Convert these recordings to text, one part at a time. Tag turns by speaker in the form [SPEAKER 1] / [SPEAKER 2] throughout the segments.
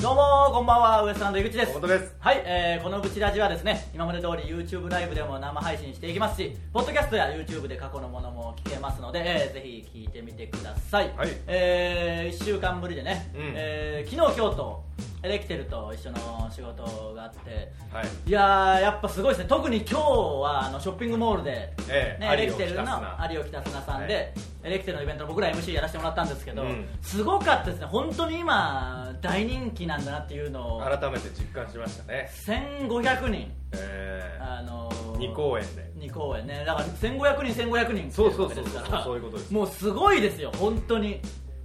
[SPEAKER 1] どうもこんばんはウエストランド井口です
[SPEAKER 2] 本当です
[SPEAKER 1] はい、えーこのブチラジはですね今まで通り YouTube ライブでも生配信していきますしポッドキャストや YouTube で過去のものも聞けますので、えーぜひ聞いてみてください、
[SPEAKER 2] はい
[SPEAKER 1] え1週間ぶりでね、
[SPEAKER 2] うん
[SPEAKER 1] えー昨日今日とエレキテルと一緒の仕事があって
[SPEAKER 2] はい
[SPEAKER 1] いやーやっぱすごいですね特に今日はあのショッピングモールで、
[SPEAKER 2] ええ
[SPEAKER 1] ね、エレキテルの有オキタスナさんで、
[SPEAKER 2] はい
[SPEAKER 1] エレキテルのイベントの僕ら MC やらせてもらったんですけど、
[SPEAKER 2] うん
[SPEAKER 1] すごかったですね本当に今大人気なんだなっていうのを
[SPEAKER 2] 改めて実感しましたね
[SPEAKER 1] 1500人
[SPEAKER 2] えー
[SPEAKER 1] あのー、
[SPEAKER 2] 二公演で
[SPEAKER 1] 2公演ねだから1500人1500人
[SPEAKER 2] そうそうそう
[SPEAKER 1] 来てるわけ
[SPEAKER 2] そうそういうことです
[SPEAKER 1] もうすごいですよ本当に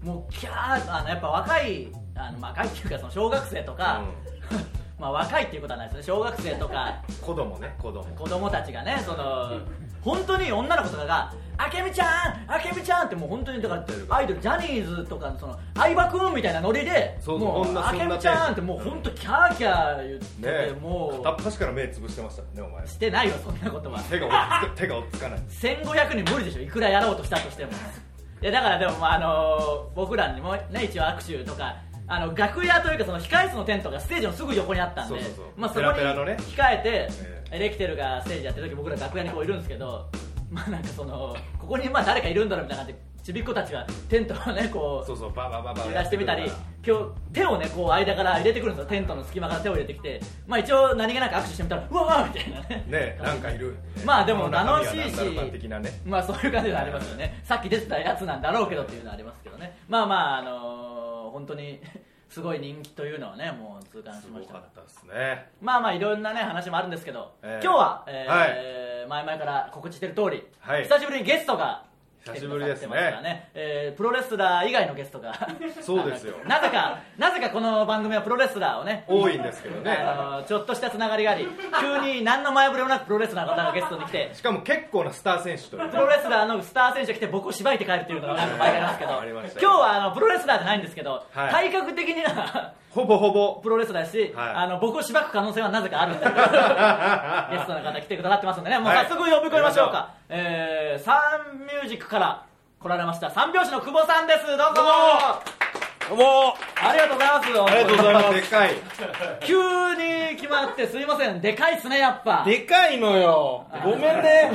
[SPEAKER 1] もうキャーあのやっぱ若いあのまあ若いっていうかその小学生とか、 まあ若いっていうことはないですね小学生とか
[SPEAKER 2] 子供ね子供
[SPEAKER 1] 子供たちがねその本当に女の子とかが「あけみちゃんあけみちゃん」ってもう本当にだか
[SPEAKER 2] やってるから
[SPEAKER 1] アイドルジャニーズとかのその相葉君みたいなノリで
[SPEAKER 2] そう
[SPEAKER 1] も
[SPEAKER 2] そんな
[SPEAKER 1] あ
[SPEAKER 2] そん
[SPEAKER 1] け
[SPEAKER 2] な
[SPEAKER 1] みちゃん」ってもう本当キャーキャー言ってて、
[SPEAKER 2] ね
[SPEAKER 1] も
[SPEAKER 2] 片っ
[SPEAKER 1] う
[SPEAKER 2] 端から目つぶしてましたもん ねお前
[SPEAKER 1] してないよそんなことは
[SPEAKER 2] 手が追っつか 手が追っつかない
[SPEAKER 1] 1500人無理でしょいくらやろうとしたとしてもいやだからでも、まああの僕らにもね一応握手とかあの楽屋というかその控室のテントがステージのすぐ横にあったんで
[SPEAKER 2] そうそうそう
[SPEAKER 1] まあ、そ
[SPEAKER 2] ペ
[SPEAKER 1] こに
[SPEAKER 2] ラペラのね
[SPEAKER 1] 控えて、
[SPEAKER 2] え
[SPEAKER 1] エレキテルがステージやってる時僕ら楽屋にこういるんですけどまあなんかそのここにまあ誰かいるんだろうみたいな感じでちびっ子たちがテントをねこう
[SPEAKER 2] そうそうババババ
[SPEAKER 1] 出
[SPEAKER 2] や
[SPEAKER 1] してみたり
[SPEAKER 2] くるから
[SPEAKER 1] 今日手をねこう間から入れてくるんですよテントの隙間から手を入れてきてまあ一応何気なく握手してみたらうわうわみたいなね
[SPEAKER 2] ねなんかいる
[SPEAKER 1] まあでも
[SPEAKER 2] この中身は
[SPEAKER 1] 楽しいし
[SPEAKER 2] なんだろうな的なね
[SPEAKER 1] まあそういう感じになりますよね、 さっき出てたやつなんだろうけどっていうのはありますけどね、まあまあ、あのー本当に すごい人気というのはね、もう痛感し
[SPEAKER 2] す
[SPEAKER 1] ま
[SPEAKER 2] ご
[SPEAKER 1] した
[SPEAKER 2] か
[SPEAKER 1] が
[SPEAKER 2] ったですね
[SPEAKER 1] まあまあ、いろんなね、話もあるんですけど、
[SPEAKER 2] えー
[SPEAKER 1] 今日は、えー前々から告知してる通り、
[SPEAKER 2] はい
[SPEAKER 1] 久しぶりにゲストが来てくださってますから
[SPEAKER 2] 久しぶりです
[SPEAKER 1] ね、えープロレスラー以外のゲストが、
[SPEAKER 2] そうですよ
[SPEAKER 1] あのなぜか、なぜかこの番組はプロレスラーをね、
[SPEAKER 2] 多いんですけどね
[SPEAKER 1] あのちょっとしたつながりがあり急に何の前触れもなくプロレスラーの方がゲストに来て
[SPEAKER 2] しかも結構なスター選手という
[SPEAKER 1] プ ロレスラーのスター選手が来て僕をしばいて帰るっていうのがなんか毎回なんですけど
[SPEAKER 2] ありました
[SPEAKER 1] 今日はあのプロレスラーじゃないんですけど、
[SPEAKER 2] はい
[SPEAKER 1] 体格的には
[SPEAKER 2] ほぼほぼ
[SPEAKER 1] プロレスラーだし、
[SPEAKER 2] はい
[SPEAKER 1] あの僕をしばく可能性はなぜかあるんですけどゲストの方来てくださってますんでねもう早速呼び込みましょうか、
[SPEAKER 2] は
[SPEAKER 1] えーサンミュージックから来られました三拍子の久保さんですどうぞ
[SPEAKER 3] どうもどうも
[SPEAKER 1] ありがとうございます
[SPEAKER 2] ありがとうございますでかい
[SPEAKER 1] 急に決まってすいませんでかいっすねやっぱ
[SPEAKER 3] でかいのよごめんね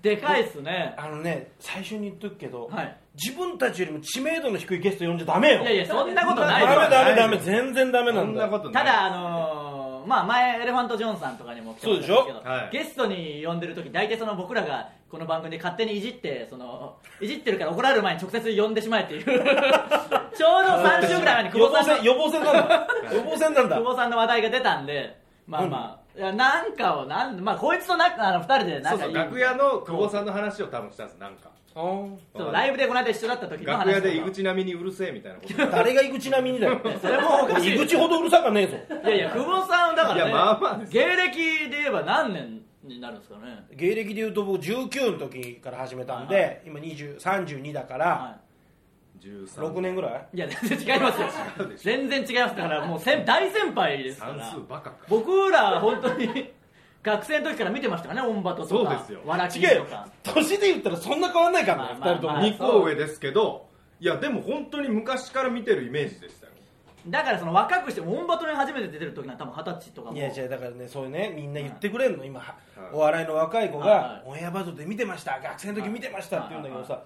[SPEAKER 1] でかいっすね
[SPEAKER 3] あのね最初に言っとくけど、
[SPEAKER 1] はい
[SPEAKER 3] 自分たちよりも知名度の低いゲスト呼んじゃダメよ
[SPEAKER 1] いやいやそんなこと
[SPEAKER 3] ダ
[SPEAKER 1] ない
[SPEAKER 3] メ
[SPEAKER 1] よ
[SPEAKER 3] ダメダメ全然ダメ
[SPEAKER 2] そ
[SPEAKER 3] なん
[SPEAKER 2] ん
[SPEAKER 3] だ
[SPEAKER 2] なことな
[SPEAKER 1] た
[SPEAKER 2] い
[SPEAKER 1] だあのーまあ前エレファント・ジョンさんとかにも来てもらったんですけど
[SPEAKER 3] そうで
[SPEAKER 2] しょはい
[SPEAKER 1] ゲストに呼んでる時大体その僕らがこの番組で勝手にいじってそのいじってるから怒られる前に直接呼んでしまえっていう ちょうど3週ぐらい前に久
[SPEAKER 3] 予
[SPEAKER 1] 保
[SPEAKER 3] 防
[SPEAKER 1] さんの
[SPEAKER 3] 線予防線な んだ予防線なんだ
[SPEAKER 1] 久保さんの話題が出たんでまあまあ、いやなんかをなんまあこいつとなあの二人でな
[SPEAKER 2] そ
[SPEAKER 1] んかいう
[SPEAKER 2] うそ
[SPEAKER 1] い
[SPEAKER 2] 楽屋の久保さんの話を多分したんですなんか
[SPEAKER 3] あー
[SPEAKER 1] そうライブでこの間一緒だった時の話
[SPEAKER 2] 楽屋で井
[SPEAKER 1] とか
[SPEAKER 2] 口並みにうるせえみたいなこと
[SPEAKER 3] 誰が井口並みにだよ
[SPEAKER 1] それもおかしい
[SPEAKER 3] 井口ほどうるさかねえぞ
[SPEAKER 1] いやいや久保さんだからね
[SPEAKER 2] いやまあまあです
[SPEAKER 1] 芸歴で言えば何年になるんですかね
[SPEAKER 3] 芸歴でいうと僕19の時から始めたんで、
[SPEAKER 1] はい
[SPEAKER 3] 今20 32だから、
[SPEAKER 1] はい
[SPEAKER 2] 13
[SPEAKER 3] 6年ぐらい
[SPEAKER 1] いや全然違いますよ
[SPEAKER 2] 違うでしょ
[SPEAKER 1] 全然違いますだからもう先大先輩ですか
[SPEAKER 2] 算
[SPEAKER 1] ら
[SPEAKER 2] 数バカか
[SPEAKER 1] 僕ら本当に学生の時から見てましたからねオンバトと
[SPEAKER 2] そう
[SPEAKER 1] か
[SPEAKER 2] ですよ
[SPEAKER 1] わらき
[SPEAKER 3] 違え
[SPEAKER 1] と
[SPEAKER 3] よ
[SPEAKER 1] か
[SPEAKER 3] 年で言ったらそんな変わんないからね、
[SPEAKER 1] まあまあ
[SPEAKER 3] 2人とも、
[SPEAKER 1] まあ
[SPEAKER 2] 2個上ですけどいやでも本当に昔から見てるイメージでしたよ
[SPEAKER 1] だからその若くしてオンバトに初めて出てる時なんて多分二十歳とかも
[SPEAKER 3] いや違うだからねそういうねみんな言ってくれんの今、
[SPEAKER 2] い
[SPEAKER 3] お笑いの若い子
[SPEAKER 1] は
[SPEAKER 3] が
[SPEAKER 1] い
[SPEAKER 3] オンエアバトルで見てました学生の時見てましたって言うんだけどさ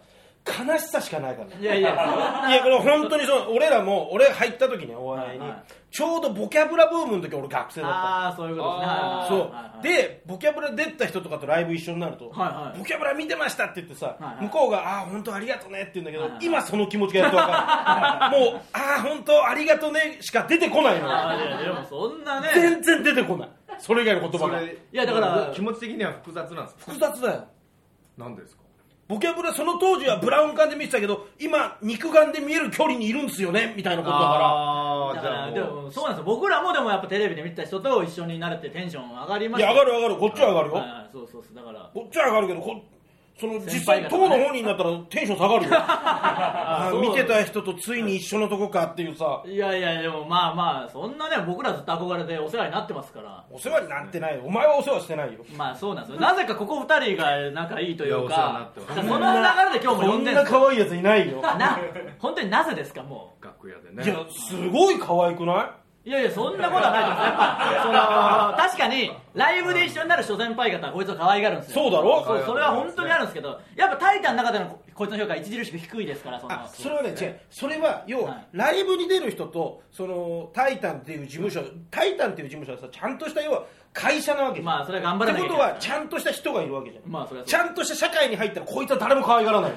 [SPEAKER 3] 悲しさしかないからね
[SPEAKER 1] いやい やそんない
[SPEAKER 3] やこれ本当にそう俺らも俺入った時ねお笑いに
[SPEAKER 1] はいはい
[SPEAKER 3] ちょうどボキャブラブームの時俺学生だった
[SPEAKER 1] ああそういうことですね
[SPEAKER 2] あー
[SPEAKER 1] はい
[SPEAKER 3] そ
[SPEAKER 1] は
[SPEAKER 3] う
[SPEAKER 1] いはいはい
[SPEAKER 3] でボキャブラ出た人とかとライブ一緒になる
[SPEAKER 1] は
[SPEAKER 3] と
[SPEAKER 1] いはい
[SPEAKER 3] ボキャブラ見てましたって言ってさ
[SPEAKER 1] はいはい
[SPEAKER 3] 向こうがああ本当ありがとうねって言うんだけ
[SPEAKER 1] はいは
[SPEAKER 3] ど
[SPEAKER 1] い
[SPEAKER 3] 今その気持ちがやっと分か るもうああ本当ありがとうねしか出てこないの
[SPEAKER 1] あ
[SPEAKER 3] よ
[SPEAKER 1] ーいやいやでもそんなね
[SPEAKER 3] 全然出てこないそれ以外の言葉
[SPEAKER 2] そ
[SPEAKER 3] が
[SPEAKER 2] れ
[SPEAKER 1] いやだから
[SPEAKER 2] 気持ち的には複雑なんです
[SPEAKER 3] 複雑だよ
[SPEAKER 2] なんですか
[SPEAKER 3] ボキャブラその当時はブラウン管で見てたけど今肉眼で見える距離にいるんですよねみたいなことだか
[SPEAKER 2] あ
[SPEAKER 1] だ
[SPEAKER 2] ー
[SPEAKER 1] か
[SPEAKER 2] じゃ
[SPEAKER 1] ら
[SPEAKER 2] あ
[SPEAKER 1] で
[SPEAKER 2] もう
[SPEAKER 1] もそうなんですよ僕らもでもやっぱテレビで見てた人と一緒になれてテンション上がり
[SPEAKER 3] ら
[SPEAKER 1] ま
[SPEAKER 3] い
[SPEAKER 1] した
[SPEAKER 3] や上がる上がるこっちは上がるよ
[SPEAKER 1] はいはいそうそうそうだから
[SPEAKER 3] こっちは上がるけどこその実
[SPEAKER 1] 先輩方
[SPEAKER 3] 際友
[SPEAKER 1] ね
[SPEAKER 3] の本人だったらテンション下がるよ あー
[SPEAKER 2] そう
[SPEAKER 3] 見てた人とついに一緒のとこかっていうさ
[SPEAKER 1] いやいやでもまあまあそんなね僕らずっと憧れでお世話になってますから
[SPEAKER 3] お世話になってないよお前はお世話してないよ
[SPEAKER 1] まあそうなんですよなぜかここ二人が仲いいとい
[SPEAKER 2] いや
[SPEAKER 1] う
[SPEAKER 2] お世話にな
[SPEAKER 1] か
[SPEAKER 2] ってます
[SPEAKER 1] その流れで今日も呼んでるんですよ
[SPEAKER 3] 可愛いやついないよ
[SPEAKER 1] な本当になぜですかも
[SPEAKER 2] 楽屋で
[SPEAKER 3] いや
[SPEAKER 2] ね
[SPEAKER 3] すごい可愛くないう
[SPEAKER 1] いやいやそんなことはないと思います やっぱその確かにライブで一緒になる諸先輩方はこいつを可愛がるんですよ
[SPEAKER 3] そうだろ
[SPEAKER 1] そうそれは本当にあるんですけどやっぱ「タイタン」の中でのここいつの評価は著しく低いですからその
[SPEAKER 3] あそれはね違うそれは要は、
[SPEAKER 1] はい
[SPEAKER 3] ライブに出る人とそのタイタンっていう事務所タイタンっていう事務所はさちゃんとした要は会社なわけじゃん
[SPEAKER 1] まあそれは頑張ら
[SPEAKER 3] っ
[SPEAKER 1] な
[SPEAKER 3] て
[SPEAKER 1] きゃ
[SPEAKER 3] こ
[SPEAKER 1] いけ
[SPEAKER 3] と
[SPEAKER 1] ない
[SPEAKER 3] はちゃんとした人がいるわけじゃん、
[SPEAKER 1] まあそれはそう
[SPEAKER 3] ちゃんとした社会に入ったらこいつは誰も可愛がら ない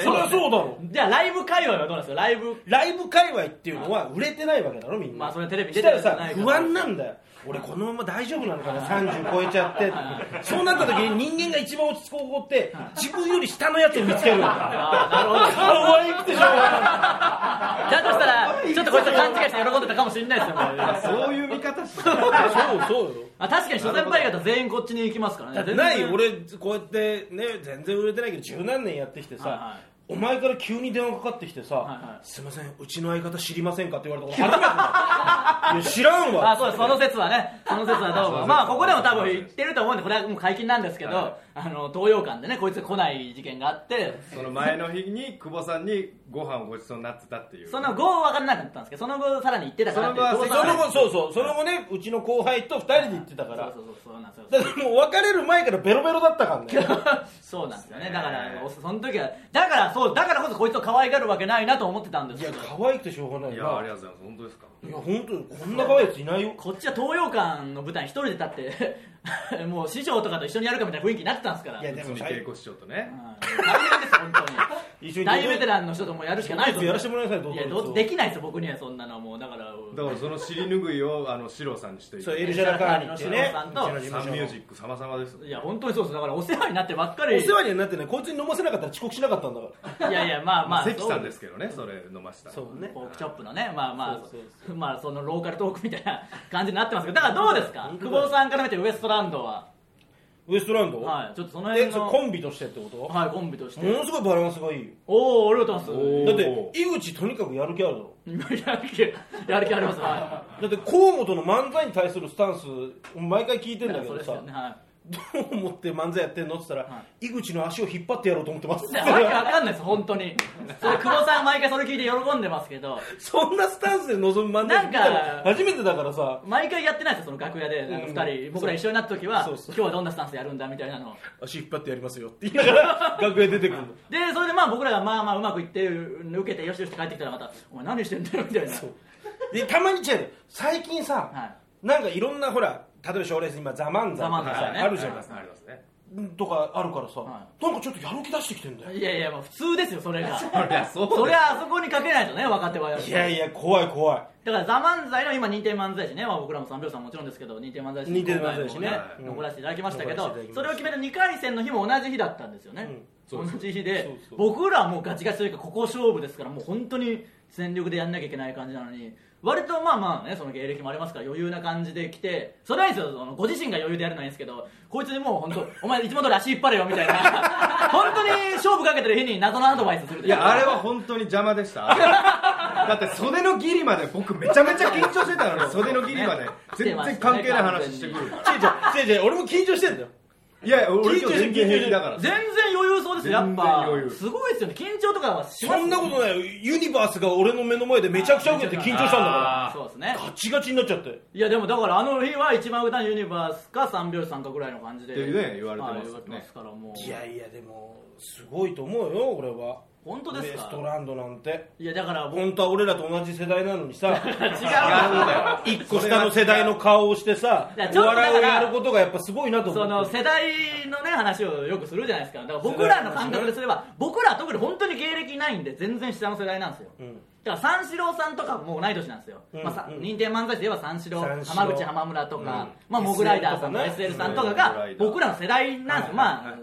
[SPEAKER 3] そりゃそうだろ
[SPEAKER 1] じゃあライブ界隈はどうなんですかライブ
[SPEAKER 3] ライブ界隈っていうのは売れてないわけだろみんな、
[SPEAKER 1] まあそれテレビ出
[SPEAKER 3] してた
[SPEAKER 1] る
[SPEAKER 3] ら
[SPEAKER 1] 人じゃな
[SPEAKER 3] さ
[SPEAKER 1] いから
[SPEAKER 3] 不安なんだよ俺このまま大丈夫なのかな30超えちゃってそうなった時に人間が一番落ち着く方法って自分より下のやつを見つけるんだ よ
[SPEAKER 1] ああなるほど
[SPEAKER 3] 可愛くてしょうがな
[SPEAKER 1] だ
[SPEAKER 3] い
[SPEAKER 1] としたらちょっとこいつは勘違いして喜んでたかもしれないですよも
[SPEAKER 2] あ
[SPEAKER 1] う
[SPEAKER 2] そういう見方してる
[SPEAKER 3] そうそうよ
[SPEAKER 1] あ確かに諸先輩方全員こっちに行きますからね
[SPEAKER 3] だって
[SPEAKER 1] 全然
[SPEAKER 3] ない俺こうやってね全然売れてないけど十何年やってきてさ、
[SPEAKER 1] はいはい
[SPEAKER 3] お前から急に電話かかってきてさ、
[SPEAKER 1] いはい
[SPEAKER 3] すいませんうちの相方知りませんかって言われたこ と初めてだよいや知らんわ
[SPEAKER 1] あそうですその説はねその説はどうもまあここでも多分言ってると思うんでこれはもう解禁なんですけど、
[SPEAKER 2] は
[SPEAKER 1] あの東洋館でねこいつ来ない事件があって
[SPEAKER 2] その前の日に久保さんにご飯をごちそうになってたっていう
[SPEAKER 1] その後分からなかったんですけどその後さらに行ってたからっていう
[SPEAKER 2] その
[SPEAKER 1] 久保
[SPEAKER 2] 後
[SPEAKER 3] そ
[SPEAKER 1] さ
[SPEAKER 3] の
[SPEAKER 1] ん
[SPEAKER 3] 後そうそうその後ねうちの後輩と二人で行ってたから
[SPEAKER 1] そうそうそうそうなんですよ
[SPEAKER 3] だからもう別れる前からベロベロだったからね
[SPEAKER 1] そうなんですよねだからおその時はだからそうだからこそこいつを可愛がるわけないなと思ってたんで
[SPEAKER 3] い
[SPEAKER 1] すけ
[SPEAKER 3] や
[SPEAKER 1] ど
[SPEAKER 3] 可愛くてしょうがないない
[SPEAKER 2] やありがとうございます本当ですか
[SPEAKER 3] いや本当にこんな可愛いやついないよ
[SPEAKER 1] こっちは東洋館の舞台に一人で立って もう師匠とかと一緒にやるかみたいな雰囲気になってたんですから
[SPEAKER 3] いや
[SPEAKER 2] 内
[SPEAKER 3] でも
[SPEAKER 2] 海
[SPEAKER 3] 最
[SPEAKER 2] 稽古師匠とね
[SPEAKER 1] うん大変です本当
[SPEAKER 3] 一緒
[SPEAKER 1] に
[SPEAKER 3] に
[SPEAKER 1] 大ベテランの人ともやるしかない
[SPEAKER 3] やらせてもらいなさいどう
[SPEAKER 1] い
[SPEAKER 3] ぞ
[SPEAKER 1] やどうできないですよ僕にはそんなのもうだから
[SPEAKER 2] だからその尻拭いをあの四郎さんにしてい
[SPEAKER 3] そうエ
[SPEAKER 2] て
[SPEAKER 3] ルジャラカーニってね
[SPEAKER 1] さんと
[SPEAKER 3] うちの事
[SPEAKER 2] サ
[SPEAKER 3] 務
[SPEAKER 2] ン
[SPEAKER 3] 所
[SPEAKER 2] ミ
[SPEAKER 3] の
[SPEAKER 2] ュージック様々です
[SPEAKER 1] いや本当にそうですだからお世話になってばっかり
[SPEAKER 3] お世話にはなってないこいつに飲ませなかったら遅刻しなかったんだから
[SPEAKER 1] いやいやまあまあ
[SPEAKER 2] 関さんですすけどねそれ飲ましたら
[SPEAKER 3] うね
[SPEAKER 1] ポークチョップのねまあまあ
[SPEAKER 3] そうそう
[SPEAKER 1] まあそのローカルトークみたいな感じになってますけどだからどうですか
[SPEAKER 3] 本当
[SPEAKER 1] 久
[SPEAKER 3] だ
[SPEAKER 1] 保さんから見てウエストランドは
[SPEAKER 3] ウエストランド
[SPEAKER 1] はいちょっとその辺
[SPEAKER 3] えそれ
[SPEAKER 1] の
[SPEAKER 3] コンビとしてってこと
[SPEAKER 1] はいコンビとして
[SPEAKER 3] ものすごいバランスがいいよ
[SPEAKER 1] おおありがとうござい
[SPEAKER 2] おー
[SPEAKER 1] ま
[SPEAKER 3] だって井口とにかくやる気あるだろ
[SPEAKER 1] すやる気やる気ありますは
[SPEAKER 3] だって河本の漫才に対するスタンス毎回聞いて
[SPEAKER 1] い
[SPEAKER 3] んだけ
[SPEAKER 1] そう
[SPEAKER 3] ど
[SPEAKER 1] です
[SPEAKER 3] さ、
[SPEAKER 1] よねはい
[SPEAKER 3] どう思って漫才やってんのって言ったら、
[SPEAKER 1] は
[SPEAKER 3] 井口の足を引っ張ってやろうと思ってます
[SPEAKER 1] いやわけわ かんないです本当にそれ久保さん毎回それ聞いて喜んでますけど
[SPEAKER 3] そんなスタンスで臨む漫才
[SPEAKER 1] なん
[SPEAKER 3] 見
[SPEAKER 1] か
[SPEAKER 3] たら初めてだからさ
[SPEAKER 1] 毎回やってないですよその楽屋でなんか二人、
[SPEAKER 3] うん
[SPEAKER 1] 僕ら一緒になった時は
[SPEAKER 3] そうそ
[SPEAKER 1] 今
[SPEAKER 3] う
[SPEAKER 1] 日はどんなスタンスやるんだみたいなのを
[SPEAKER 3] 足引っ張ってやりますよって言いながら 楽屋出てくるの
[SPEAKER 1] でそれでまあ僕らがまあまあうまくいって受けてよしよしって帰ってきたらまた「お前何してんだよ」みたいな
[SPEAKER 3] そうでたまに違うの最近さ、
[SPEAKER 1] はい
[SPEAKER 3] なんかいろんなほら例えば賞レース今「ザ・漫才
[SPEAKER 1] ザ漫
[SPEAKER 3] と
[SPEAKER 1] 才
[SPEAKER 3] か
[SPEAKER 1] ね
[SPEAKER 3] あるじゃないですか
[SPEAKER 2] ありますね
[SPEAKER 3] とかあるからさ、
[SPEAKER 1] は
[SPEAKER 3] なんかちょっとやる気出してきてんだよ
[SPEAKER 1] いやいやまあ普通ですよそれ が
[SPEAKER 2] そりゃそう
[SPEAKER 1] そりゃあそこにかけないとね若手はやっぱ
[SPEAKER 3] いやいや怖い怖い
[SPEAKER 1] だから「ザ漫才の今認定漫才師ね、まあ、僕らも三秒さんもちろんですけど認定漫才師
[SPEAKER 3] 認定漫才師ね
[SPEAKER 1] 今回も
[SPEAKER 3] うん
[SPEAKER 1] 残らせていただきましたけ
[SPEAKER 3] 残
[SPEAKER 1] ど
[SPEAKER 3] らせていた
[SPEAKER 1] そ
[SPEAKER 3] だ
[SPEAKER 1] れ
[SPEAKER 3] き
[SPEAKER 1] を
[SPEAKER 3] ま
[SPEAKER 1] 決めた2回戦の日も同じ日だったんですよね、
[SPEAKER 2] そうそう
[SPEAKER 1] 同じ日で
[SPEAKER 3] そうそう
[SPEAKER 1] 僕らはもうガチガチというかここ勝負ですからもう本当に全力でやんなきゃいけない感じなのに割とまあまあねその芸歴もありますから余裕な感じで来てそれはいいですよそのご自身が余裕でやるのはいいんですけどこいつにもう本当お前いつも通り足引っ張れよみたいな 本当に勝負かけてる日に謎のアドバイスすると
[SPEAKER 2] いう
[SPEAKER 1] か
[SPEAKER 2] やあれは本当に邪魔でしただって袖のギリまで僕めちゃめちゃ緊張してたのに袖のギリまで全然関係ない話してくるから
[SPEAKER 3] 違う違う違う違う俺も緊張してんだよ
[SPEAKER 2] いやいや俺
[SPEAKER 3] 緊
[SPEAKER 2] 今日
[SPEAKER 3] 張してる
[SPEAKER 2] 全然平気だから
[SPEAKER 1] 全然余裕そうですよやっ
[SPEAKER 2] 全然
[SPEAKER 1] ぱ
[SPEAKER 2] 余裕
[SPEAKER 1] すごいですよね緊張とかはします
[SPEAKER 3] そんなことないよユニバースが俺の目の前でめちゃくちゃ受けて緊張したんだか
[SPEAKER 2] あ
[SPEAKER 1] そうです
[SPEAKER 3] ら
[SPEAKER 1] ね
[SPEAKER 3] ガチガチになっちゃって
[SPEAKER 1] いやでもだからあの日は一番歌のユニバースか三拍子さんかぐらいの感じで
[SPEAKER 2] ってね言われてま
[SPEAKER 1] はい
[SPEAKER 2] すよね
[SPEAKER 1] 言われてますからもう
[SPEAKER 3] いやいやでもすごいと思うよ俺は
[SPEAKER 1] 本当
[SPEAKER 3] ウ
[SPEAKER 1] で
[SPEAKER 3] エ
[SPEAKER 1] す
[SPEAKER 3] スト
[SPEAKER 1] か
[SPEAKER 3] ランドなんて
[SPEAKER 1] いやだから僕違う
[SPEAKER 3] 本当は俺らと同じ世代なのに さ
[SPEAKER 2] 違うんだよ
[SPEAKER 3] 一個下の世代の顔をしてさ
[SPEAKER 1] いやち
[SPEAKER 3] お
[SPEAKER 1] ょっとだから
[SPEAKER 3] 笑いをやることがやっぱすごいなと
[SPEAKER 1] そ
[SPEAKER 3] 思
[SPEAKER 1] の
[SPEAKER 3] って
[SPEAKER 1] 世代のね話をよくするじゃないですかだから僕らの感覚ですれば僕らは特に本当に芸歴ないんで全然下の世代なんですよ、
[SPEAKER 3] ん
[SPEAKER 1] だから三四郎さんとかもう同い年なんですよ、
[SPEAKER 3] うん
[SPEAKER 1] まあ、さ
[SPEAKER 3] うん
[SPEAKER 1] 認定漫才師で言えば三四郎
[SPEAKER 3] 三四郎
[SPEAKER 1] 浜口浜村とか、
[SPEAKER 3] うん
[SPEAKER 1] まあ、モグライダーさんとか
[SPEAKER 3] SL
[SPEAKER 1] SL さんとかが
[SPEAKER 2] うん
[SPEAKER 1] 僕らの世代なんですよ、
[SPEAKER 2] はいはい
[SPEAKER 1] まあ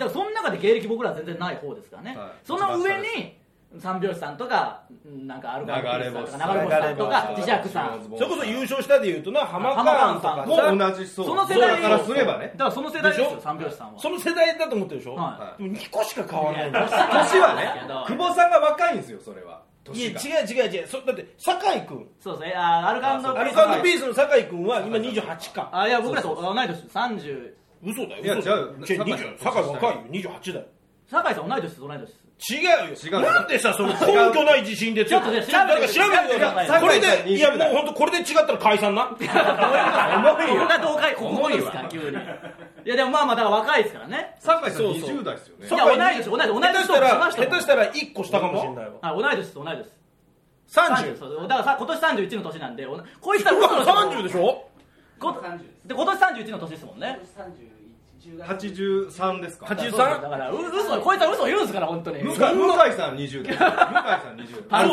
[SPEAKER 1] だからその中で芸歴僕らは全然ない方ですからね、
[SPEAKER 2] はい
[SPEAKER 1] その上
[SPEAKER 2] 一番下
[SPEAKER 1] に三拍子さんとかなんかアルカ
[SPEAKER 2] 流れ
[SPEAKER 1] さん
[SPEAKER 2] 星
[SPEAKER 1] と
[SPEAKER 2] さん
[SPEAKER 1] か流れ星さんとか磁石さん
[SPEAKER 2] そ
[SPEAKER 3] それこそ優勝したでいうとな浜川とか
[SPEAKER 1] 浜川
[SPEAKER 2] も
[SPEAKER 1] さ
[SPEAKER 2] うん同じそう
[SPEAKER 1] その世代
[SPEAKER 2] そうだからすればね
[SPEAKER 1] だからその世代です
[SPEAKER 3] でし
[SPEAKER 1] よ
[SPEAKER 3] ょ
[SPEAKER 1] 三拍子さんは
[SPEAKER 3] その世代だと思ってるでしょ、
[SPEAKER 1] は
[SPEAKER 3] でも2個しか変わらないんだよ
[SPEAKER 2] 年はね
[SPEAKER 1] け
[SPEAKER 2] 久
[SPEAKER 1] ど
[SPEAKER 2] 保さんが若いんですよそれはい
[SPEAKER 3] や
[SPEAKER 2] 年が
[SPEAKER 3] 違う違う違うそだって酒井君
[SPEAKER 1] そうですねあーアルカンド
[SPEAKER 3] ア
[SPEAKER 1] ピ
[SPEAKER 3] ル
[SPEAKER 1] ース
[SPEAKER 3] カンドピースの酒井君は今28か
[SPEAKER 1] あいや僕らと同い年です30
[SPEAKER 3] 嘘だよ
[SPEAKER 2] いや
[SPEAKER 3] 嘘だよ
[SPEAKER 2] 違う
[SPEAKER 3] 違
[SPEAKER 2] 酒井
[SPEAKER 3] う20酒井若いよ28だよ
[SPEAKER 1] 酒井さん同い年です同い年です
[SPEAKER 3] 違う
[SPEAKER 2] 違
[SPEAKER 3] よ
[SPEAKER 2] う
[SPEAKER 3] なんでさその根拠ない自信で
[SPEAKER 1] ちょっとね調べて
[SPEAKER 3] なんか調べてくだ
[SPEAKER 2] いや
[SPEAKER 3] さい
[SPEAKER 2] 酒
[SPEAKER 3] これ
[SPEAKER 2] 井さん
[SPEAKER 3] でいや
[SPEAKER 2] 20
[SPEAKER 3] もう本当これで違ったら解散な
[SPEAKER 1] 重いよが同回ここですか
[SPEAKER 2] 重
[SPEAKER 1] 急にいやでもまあまあだから若いですからね
[SPEAKER 2] 酒井さん
[SPEAKER 3] そうそう
[SPEAKER 2] 20代ですよね
[SPEAKER 1] いや同い年同い年同い
[SPEAKER 3] 下手
[SPEAKER 1] 年
[SPEAKER 3] したら
[SPEAKER 1] ま
[SPEAKER 3] 下手したら1個下かもしれないわ
[SPEAKER 1] はい同い年です同い年です
[SPEAKER 3] 30
[SPEAKER 1] 30そうだからさ今年31の年なんでおなこいつら
[SPEAKER 3] う
[SPEAKER 1] 嘘の
[SPEAKER 3] わ30でしょ
[SPEAKER 1] こで今年31の年ですもん
[SPEAKER 4] 今
[SPEAKER 1] ね
[SPEAKER 4] 年31 10月
[SPEAKER 2] 83ですか
[SPEAKER 3] 83
[SPEAKER 1] そうそうだからう嘘こいつは嘘を言うんですから本当に
[SPEAKER 2] 向井向井さん20代向井さん
[SPEAKER 1] パン
[SPEAKER 2] 20代
[SPEAKER 1] サーのね
[SPEAKER 2] パ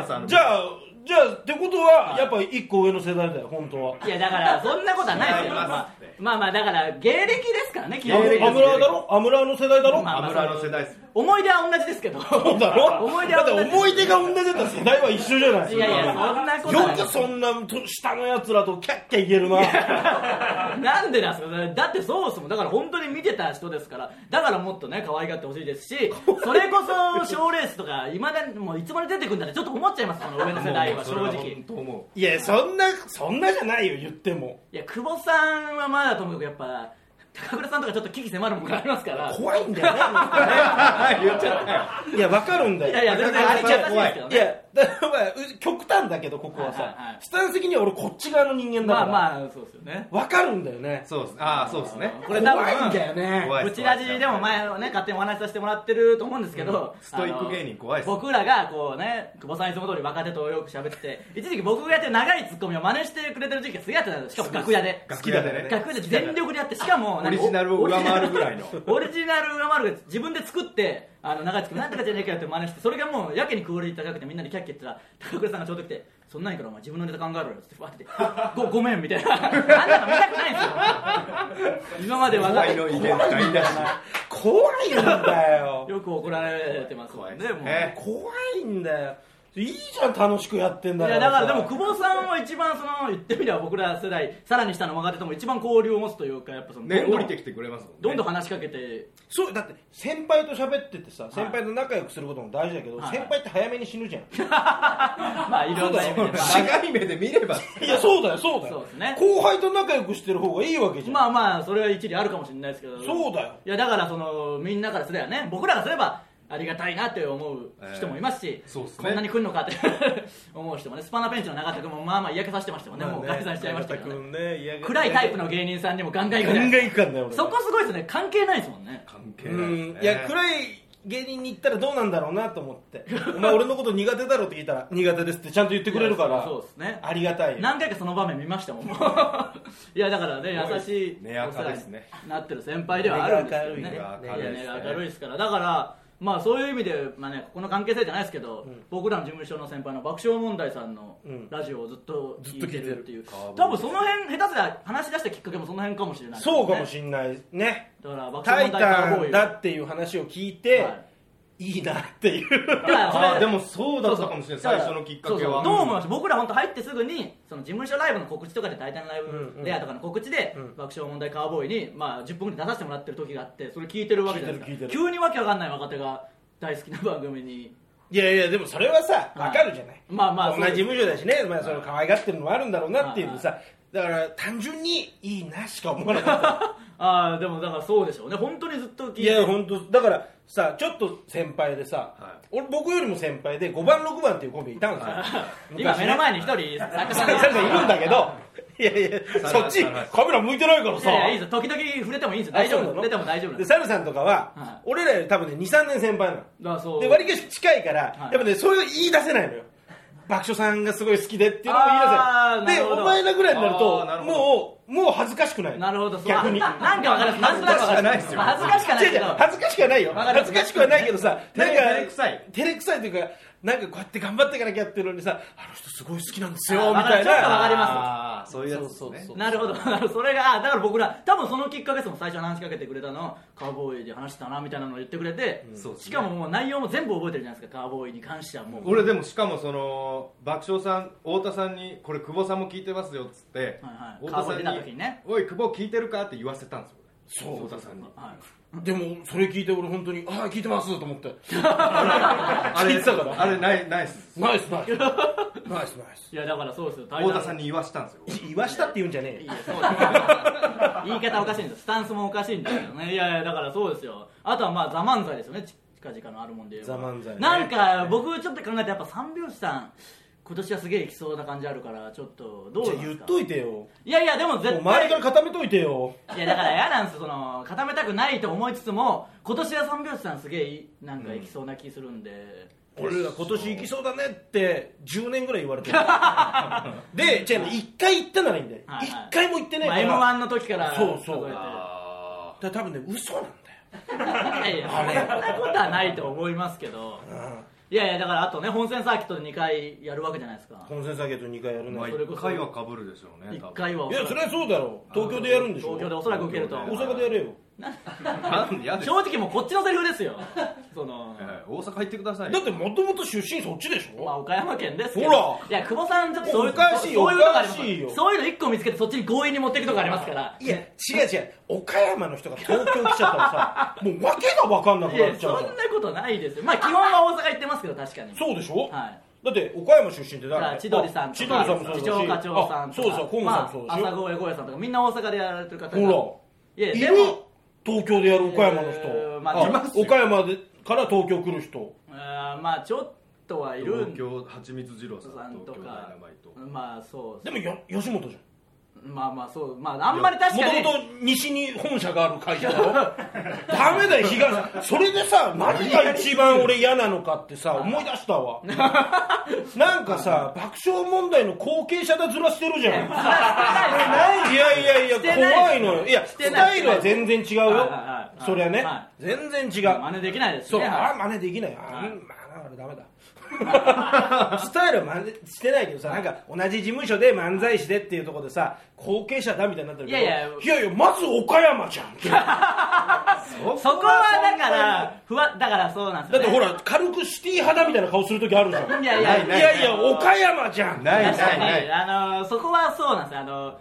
[SPEAKER 2] ンサーの
[SPEAKER 3] じゃあじゃあってことはやっぱ1個上の世代だよ本当はい
[SPEAKER 1] やだからそんなことはないですけど
[SPEAKER 2] 違い
[SPEAKER 1] まあ
[SPEAKER 2] ますって
[SPEAKER 1] まあまあだから芸歴ですからね基
[SPEAKER 3] ア
[SPEAKER 1] 本
[SPEAKER 3] ム
[SPEAKER 1] 的に
[SPEAKER 2] 芸歴です
[SPEAKER 3] ラーだろアムラーの世代だろ
[SPEAKER 1] まあ
[SPEAKER 2] アムラの世代です
[SPEAKER 1] 思い出は同じです けど
[SPEAKER 3] そうだろ
[SPEAKER 1] 思い出
[SPEAKER 3] だ
[SPEAKER 1] は
[SPEAKER 3] って
[SPEAKER 1] 同じ
[SPEAKER 3] 思い出が同じだったら世代は一緒じゃない
[SPEAKER 1] いやいやそんなことない
[SPEAKER 3] よくそんな下のやつらとキャッキャ言えるな
[SPEAKER 1] なんでなんですかだってそうですもんだから本当に見てた人ですからだからもっとね可愛がってほしいですしそれこそ賞ーレースとかいまだにもういつまで出てくるんだってちょっと思っちゃいますこの上の世代は正
[SPEAKER 2] もうそれ
[SPEAKER 1] 直
[SPEAKER 2] 本当思
[SPEAKER 3] いやそんなそんなじゃないよ言っても
[SPEAKER 1] いや久保さんはまだともかくやっぱ高倉さんとかちょっと危機迫るものがありますから
[SPEAKER 3] 怖いんだよね
[SPEAKER 2] う言っちゃったよ
[SPEAKER 3] いやわかるんだよ
[SPEAKER 1] いやいや全然ありちゃったんですけど
[SPEAKER 3] い
[SPEAKER 1] ね
[SPEAKER 3] やだからまあう極端だけどここはさ、
[SPEAKER 1] はいはいはい
[SPEAKER 3] スタンス的には俺こっち側の人間だ
[SPEAKER 1] ま
[SPEAKER 3] か
[SPEAKER 1] あ
[SPEAKER 3] ら、
[SPEAKER 1] まあそうですよね
[SPEAKER 3] わかるんだよね
[SPEAKER 2] そうですああそうですね
[SPEAKER 1] これ多分
[SPEAKER 3] 怖いんだよね
[SPEAKER 2] 怖い
[SPEAKER 1] ブチラジでも前ね勝手にお話しさせてもらってると思うんですけど、
[SPEAKER 2] ストイック芸人怖いっす
[SPEAKER 1] あの僕らがこうね久保さんいつも通り若手とよく喋ってて一時期僕がやってる長いツッコミを真似してくれてる時期がすげえあったんですしかも楽屋で
[SPEAKER 2] 楽屋でね
[SPEAKER 1] 楽屋で全力でやってしかも
[SPEAKER 2] オリジナルを上回るぐ らいの
[SPEAKER 1] オリジナル上回るが自分で作ってあの長いツッコミなんとかじゃねえかよって真似してそれがもうやけにクオリティ高くてみんなでキャッキャ言ってたら高倉さんがちょうど来て「そんなんいいからお前自分のネタ考えろよ」ってわっててごごめん」みたいなあんなの見たくない んですよ今までは
[SPEAKER 2] 怖いのイベント台無し
[SPEAKER 3] 怖いんだよ
[SPEAKER 1] よく怒られてますもんね
[SPEAKER 2] 怖いですね
[SPEAKER 1] も
[SPEAKER 3] 怖いんだよいいじゃん楽しくやってん
[SPEAKER 1] う
[SPEAKER 3] だ
[SPEAKER 1] い
[SPEAKER 3] か
[SPEAKER 1] や
[SPEAKER 3] ら
[SPEAKER 1] だから
[SPEAKER 3] さ
[SPEAKER 1] でも久保さんは一番その言ってみれば僕ら世代さらに下の若手とも一番交流を持つというかやっぱその
[SPEAKER 2] ね
[SPEAKER 1] どんど
[SPEAKER 2] 降
[SPEAKER 1] ん
[SPEAKER 2] りてきてくれますもんね
[SPEAKER 1] どんどん話しかけて
[SPEAKER 3] そうだって先輩と喋っててさ先輩と仲良くすることも大事だけど、
[SPEAKER 1] はい
[SPEAKER 3] 先輩って早めに死ぬじゃん、
[SPEAKER 1] まあいろんな意味で
[SPEAKER 2] 長い目で見れば
[SPEAKER 3] い、やそうだよそうだ
[SPEAKER 1] そう
[SPEAKER 3] よ
[SPEAKER 1] ですね
[SPEAKER 3] 後輩と仲良くしてる方がいいわけじゃん、
[SPEAKER 1] まあまあそれは一理あるかもしれないですけど
[SPEAKER 3] そうだよ
[SPEAKER 1] いやだからそのみんなからすればね僕らがすればありがたいなって思う人もいますし、
[SPEAKER 2] えーそうっすね
[SPEAKER 1] こんなに来るのかって 思う人もねスパナペンチの永田君もまあまあ嫌気させてましたもんね、もう解散しちゃいましたけど、ね、暗いタイプの芸人さんにもガンガン行くじゃない
[SPEAKER 3] 人間いくからね俺
[SPEAKER 1] そこすごいですね関係ないですもんね
[SPEAKER 2] 関係
[SPEAKER 3] う
[SPEAKER 2] ない
[SPEAKER 3] ん
[SPEAKER 2] ですね
[SPEAKER 3] いや暗い芸人に行ったらどうなんだろうなと 思ってお前俺のこと苦手だろって聞いたら苦手ですってちゃんと言ってくれるから
[SPEAKER 1] そうですね
[SPEAKER 3] ありがたいよ
[SPEAKER 1] 何回かその場面見ましたもんもういやだからね優しい
[SPEAKER 2] ねやかですね
[SPEAKER 1] お世話になってる先輩ではあるんですけどね
[SPEAKER 3] ね
[SPEAKER 2] 明
[SPEAKER 1] い
[SPEAKER 2] る
[SPEAKER 1] や
[SPEAKER 2] いですね
[SPEAKER 1] ね明るいですからだからまあそういう意味で、まあね、ここの関係性じゃないですけど、僕らの事務所の先輩の爆笑問題さんの
[SPEAKER 3] うん
[SPEAKER 1] ラジオをずっと聞いてるっていう、
[SPEAKER 2] ずっと聞いてる
[SPEAKER 1] 多分その辺下手すら話し出したきっかけもその辺かもしれない、
[SPEAKER 3] そうかもし
[SPEAKER 1] れ
[SPEAKER 3] んないね
[SPEAKER 1] ないだから
[SPEAKER 3] 「
[SPEAKER 1] 爆
[SPEAKER 3] タ
[SPEAKER 1] 笑
[SPEAKER 3] イ
[SPEAKER 1] 問題さん
[SPEAKER 3] タ
[SPEAKER 1] の方
[SPEAKER 3] ン」だっていう話を聞いて、い、いなっていう
[SPEAKER 1] だからそれ
[SPEAKER 2] あーでもそうだったかもしれ
[SPEAKER 1] そう
[SPEAKER 2] ない
[SPEAKER 1] そ
[SPEAKER 2] 最
[SPEAKER 1] う
[SPEAKER 2] 初のきっかけは
[SPEAKER 1] そうそうどう思いました僕ら本当入ってすぐにその事務所ライブの告知とかで「タイタンライブレア」とかの告知で、
[SPEAKER 3] うんうん
[SPEAKER 1] 爆笑問題カーボーイに、まあ、10分ぐらい出させてもらってる時があってそれ聞いてるわけじゃない
[SPEAKER 3] 聞
[SPEAKER 1] で
[SPEAKER 3] い
[SPEAKER 1] す
[SPEAKER 3] て
[SPEAKER 1] か
[SPEAKER 3] る聞いて
[SPEAKER 1] 急にわけわかんない若手が大好きな番組に
[SPEAKER 3] いやいやでもそれはさ
[SPEAKER 1] はい
[SPEAKER 3] わかるじゃない、
[SPEAKER 1] まあまあ
[SPEAKER 3] 同じ事務所だしね、まあ、その可愛がってるのもあるんだろうなっていう
[SPEAKER 1] はい
[SPEAKER 3] さ、だから単純にいいなしか思わなかった
[SPEAKER 1] ああでもだからそうでしょうね本当にずっと聞いて
[SPEAKER 3] いや本当だからさちょっと先輩でさ、
[SPEAKER 2] は
[SPEAKER 3] 俺僕よりも先輩で5番6番っていうコンビいたんですよ、
[SPEAKER 1] 今
[SPEAKER 3] 昔ね
[SPEAKER 1] 目の前に一人作家さん
[SPEAKER 3] サルさんいるんだ
[SPEAKER 1] け
[SPEAKER 3] けどいやいやそっちカメラ向いてないから
[SPEAKER 1] い
[SPEAKER 3] さ
[SPEAKER 1] やいやいいですよ時々触れてもいいんですよ
[SPEAKER 3] あ
[SPEAKER 1] 大丈
[SPEAKER 3] そうな
[SPEAKER 1] 夫
[SPEAKER 3] の
[SPEAKER 1] 触れても大丈夫なんで
[SPEAKER 3] で
[SPEAKER 1] すだ
[SPEAKER 3] サルさんとかは、
[SPEAKER 1] は
[SPEAKER 3] 俺らより多分ね23年先輩なの
[SPEAKER 1] からそう
[SPEAKER 3] で割りかし近いから、
[SPEAKER 1] はい
[SPEAKER 3] やっぱねそれを言い出せないのよ爆笑さんがすごい好きでっていうのを言い出せ
[SPEAKER 1] あー
[SPEAKER 3] な
[SPEAKER 1] な
[SPEAKER 3] いで
[SPEAKER 1] るほど
[SPEAKER 3] お前らぐらいになる
[SPEAKER 2] あー
[SPEAKER 3] と
[SPEAKER 2] なるほど
[SPEAKER 3] もうもう恥ずかしくない
[SPEAKER 1] なるほどそう
[SPEAKER 3] 逆に
[SPEAKER 1] あなんかわかるなんとなくわかる
[SPEAKER 2] 恥ずかしくないですよ
[SPEAKER 1] 恥ずかしくはないけ
[SPEAKER 3] 違う違う
[SPEAKER 1] ど
[SPEAKER 3] 恥ずかしくはないよ
[SPEAKER 1] わかる
[SPEAKER 3] 恥ずかしくはないけどさ
[SPEAKER 2] 照
[SPEAKER 3] なん
[SPEAKER 2] れ
[SPEAKER 3] か
[SPEAKER 2] 照れくさい
[SPEAKER 3] 照れくさいというかなんかこうやって頑張っていかなきゃっていうのにさあの人すごい好きなんです
[SPEAKER 1] あ
[SPEAKER 3] よ
[SPEAKER 1] ー
[SPEAKER 3] みたい
[SPEAKER 1] ちょっとわ
[SPEAKER 3] な
[SPEAKER 1] かります
[SPEAKER 2] あーそういうやつですね
[SPEAKER 3] そうそうそう
[SPEAKER 1] なるほど、 なるほどそれが、あだから僕ら、多分そのきっかけですもん、最初話しかけてくれたの、カウボーイで話したなみたいなのを言ってくれて、
[SPEAKER 2] うんそうですね
[SPEAKER 1] しかももう内容も全部覚えてるじゃないですか、カウボーイに関してはもう。
[SPEAKER 2] 俺でもしかもその爆笑さん太田さんにこれ久保さんも聞いてますよっつって、
[SPEAKER 1] はいはい
[SPEAKER 2] 太田
[SPEAKER 1] カ
[SPEAKER 2] さ
[SPEAKER 1] ーボーイ出た
[SPEAKER 2] ん
[SPEAKER 1] 時
[SPEAKER 2] に
[SPEAKER 1] にね
[SPEAKER 2] おい久保聞いてるか?」って言わせたんですよ
[SPEAKER 3] そう太田さんに
[SPEAKER 1] はい
[SPEAKER 3] でもそれ聞いて俺本当にああ聞いてますと思って
[SPEAKER 2] 俺
[SPEAKER 3] あれ聞いてたから
[SPEAKER 2] あれないないっす
[SPEAKER 3] ナイスナイスナイスナイス
[SPEAKER 1] いやだからそうですよ、
[SPEAKER 2] 太田さんに言わしたんですよ
[SPEAKER 3] い言わしたって言うんじゃねえ
[SPEAKER 1] い
[SPEAKER 3] よ
[SPEAKER 1] やそうです言い方おかしいんですよスタンスもおかしいんだけどねいやいやだからそうですよあとはまあ「ザ漫才ですよねち近々のあるもんで言えば
[SPEAKER 3] ザ漫才ね
[SPEAKER 1] なんか僕ちょっと考えてやっぱ三拍子さん今年はすげえいきそうな感じあるからちょっとどう
[SPEAKER 3] じ
[SPEAKER 1] なん
[SPEAKER 3] ゃあ
[SPEAKER 1] で
[SPEAKER 3] 言っ
[SPEAKER 1] すか
[SPEAKER 3] といてよ
[SPEAKER 1] いやいやでも絶
[SPEAKER 3] もう
[SPEAKER 1] 対
[SPEAKER 3] 周りから固めといてよ
[SPEAKER 1] いやだから嫌なんですよその固めたくないと思いつつも今年は三拍子さんすげえいいなんかいきそうな気するんで、
[SPEAKER 3] 俺ら今年行きそうだねって10年ぐらい言われ てるでじゃあ1回行ったならいいんだよ
[SPEAKER 1] はいはい
[SPEAKER 3] 1回も行ってない
[SPEAKER 1] ま
[SPEAKER 3] か
[SPEAKER 1] あ、
[SPEAKER 3] ら
[SPEAKER 1] m 1の時から
[SPEAKER 3] そうそう
[SPEAKER 1] 数えて
[SPEAKER 2] あ
[SPEAKER 3] だから多分ね嘘なんだよ
[SPEAKER 1] いやいやそんなことはないと思いますけど
[SPEAKER 3] うん
[SPEAKER 1] いやいやだからあとね本戦サーキットで2回やるわけじゃないですか
[SPEAKER 3] 本戦下げと2回やるね、
[SPEAKER 2] まあ
[SPEAKER 1] それこ
[SPEAKER 2] 1
[SPEAKER 1] そ
[SPEAKER 2] 回はかぶるでしょうね
[SPEAKER 1] 1回はお
[SPEAKER 3] い
[SPEAKER 1] そら
[SPEAKER 3] や
[SPEAKER 1] く
[SPEAKER 3] それはそうだろう東京でやるんでしょ
[SPEAKER 1] 東京でおそらく受けると
[SPEAKER 2] 東
[SPEAKER 3] 大
[SPEAKER 2] 京
[SPEAKER 3] 阪でやれよ
[SPEAKER 2] 多分なんでやで
[SPEAKER 1] 正直もうこっちのセリフですよその、
[SPEAKER 2] えー大阪行ってください
[SPEAKER 3] だ
[SPEAKER 2] よ
[SPEAKER 3] ってもともと出身そっちでし
[SPEAKER 1] まあ
[SPEAKER 3] ょ
[SPEAKER 1] 岡山県ですけど
[SPEAKER 3] ほら
[SPEAKER 1] いや久保さんちょっとそういう
[SPEAKER 3] おかしい
[SPEAKER 1] そういうとこあり
[SPEAKER 3] おかしい
[SPEAKER 1] ま
[SPEAKER 3] よ
[SPEAKER 1] すそういうの1個見つけてそっちに強引に持っていくとこありますから
[SPEAKER 3] いや違う違う岡山の人が東京来ちゃったら さもう訳が分かんなく
[SPEAKER 1] い
[SPEAKER 3] な
[SPEAKER 1] や
[SPEAKER 3] っちゃ
[SPEAKER 1] そん
[SPEAKER 3] う
[SPEAKER 1] なことないですよまあ基本は大阪行ってますけど確かに
[SPEAKER 3] そうでしょ、
[SPEAKER 1] はい
[SPEAKER 3] だって岡山出身って
[SPEAKER 1] だから
[SPEAKER 3] 誰
[SPEAKER 1] 千鳥さんと
[SPEAKER 3] 千
[SPEAKER 1] か
[SPEAKER 3] 鳥さんもそうだし
[SPEAKER 1] 次長課長さんとか
[SPEAKER 3] あそうそう河野さんもそう
[SPEAKER 1] ま
[SPEAKER 3] だ
[SPEAKER 1] あ
[SPEAKER 3] し、
[SPEAKER 1] 朝声声さんとかみんな大阪でやられてる方が
[SPEAKER 3] ほ
[SPEAKER 1] いや
[SPEAKER 3] らい
[SPEAKER 1] で
[SPEAKER 3] る
[SPEAKER 1] も
[SPEAKER 3] 東京でやる岡山の人、
[SPEAKER 1] えーまあ
[SPEAKER 3] あ
[SPEAKER 1] います
[SPEAKER 2] よ
[SPEAKER 3] 岡山でから東京来る人
[SPEAKER 1] あーまあちょっとはいるん
[SPEAKER 2] 東京はちみつ二郎さ
[SPEAKER 1] さ
[SPEAKER 2] ん
[SPEAKER 1] んと
[SPEAKER 2] 東京ダイ
[SPEAKER 1] か
[SPEAKER 2] ナマイト
[SPEAKER 1] まあそう
[SPEAKER 3] でもよ吉本じ
[SPEAKER 1] まあまあそうまああんまり確
[SPEAKER 3] ゃ
[SPEAKER 1] か
[SPEAKER 3] ん
[SPEAKER 1] に
[SPEAKER 3] もともと西に本社がある会社だろ ダメだよ東それでさ何が一番俺嫌なのかってさ思い出したわなんかさ爆笑問題の後継者だずらしてるじゃんいやいやいや
[SPEAKER 1] してない
[SPEAKER 3] 怖いのよいやス
[SPEAKER 1] てない
[SPEAKER 3] タイルは全然違うよ
[SPEAKER 1] はいはいはいはい
[SPEAKER 3] そりゃね
[SPEAKER 1] は
[SPEAKER 3] 全然違う
[SPEAKER 1] 真似できないです
[SPEAKER 3] そう
[SPEAKER 1] ね
[SPEAKER 3] あ
[SPEAKER 1] は
[SPEAKER 3] 真似できないよあ
[SPEAKER 1] はい
[SPEAKER 3] うんまあだからダメだ スタイルは真似してないけどさなんか同じ事務所で漫才してっていうところでさ後継者だみたいになってるけど
[SPEAKER 1] いやいや
[SPEAKER 3] いやいやまず岡山じゃん ってだ
[SPEAKER 1] いそこはだからふわだからそうなんです
[SPEAKER 3] っ
[SPEAKER 1] よね
[SPEAKER 3] てほら軽くシティ派だみたいな顔する時あるじゃん
[SPEAKER 1] いやい
[SPEAKER 2] な
[SPEAKER 1] や
[SPEAKER 2] い
[SPEAKER 3] い
[SPEAKER 2] ない
[SPEAKER 3] やいや岡山じゃん
[SPEAKER 2] ない
[SPEAKER 1] 確
[SPEAKER 2] な
[SPEAKER 1] か
[SPEAKER 2] い
[SPEAKER 1] に
[SPEAKER 2] ない
[SPEAKER 1] あのそこはそうなんですよあの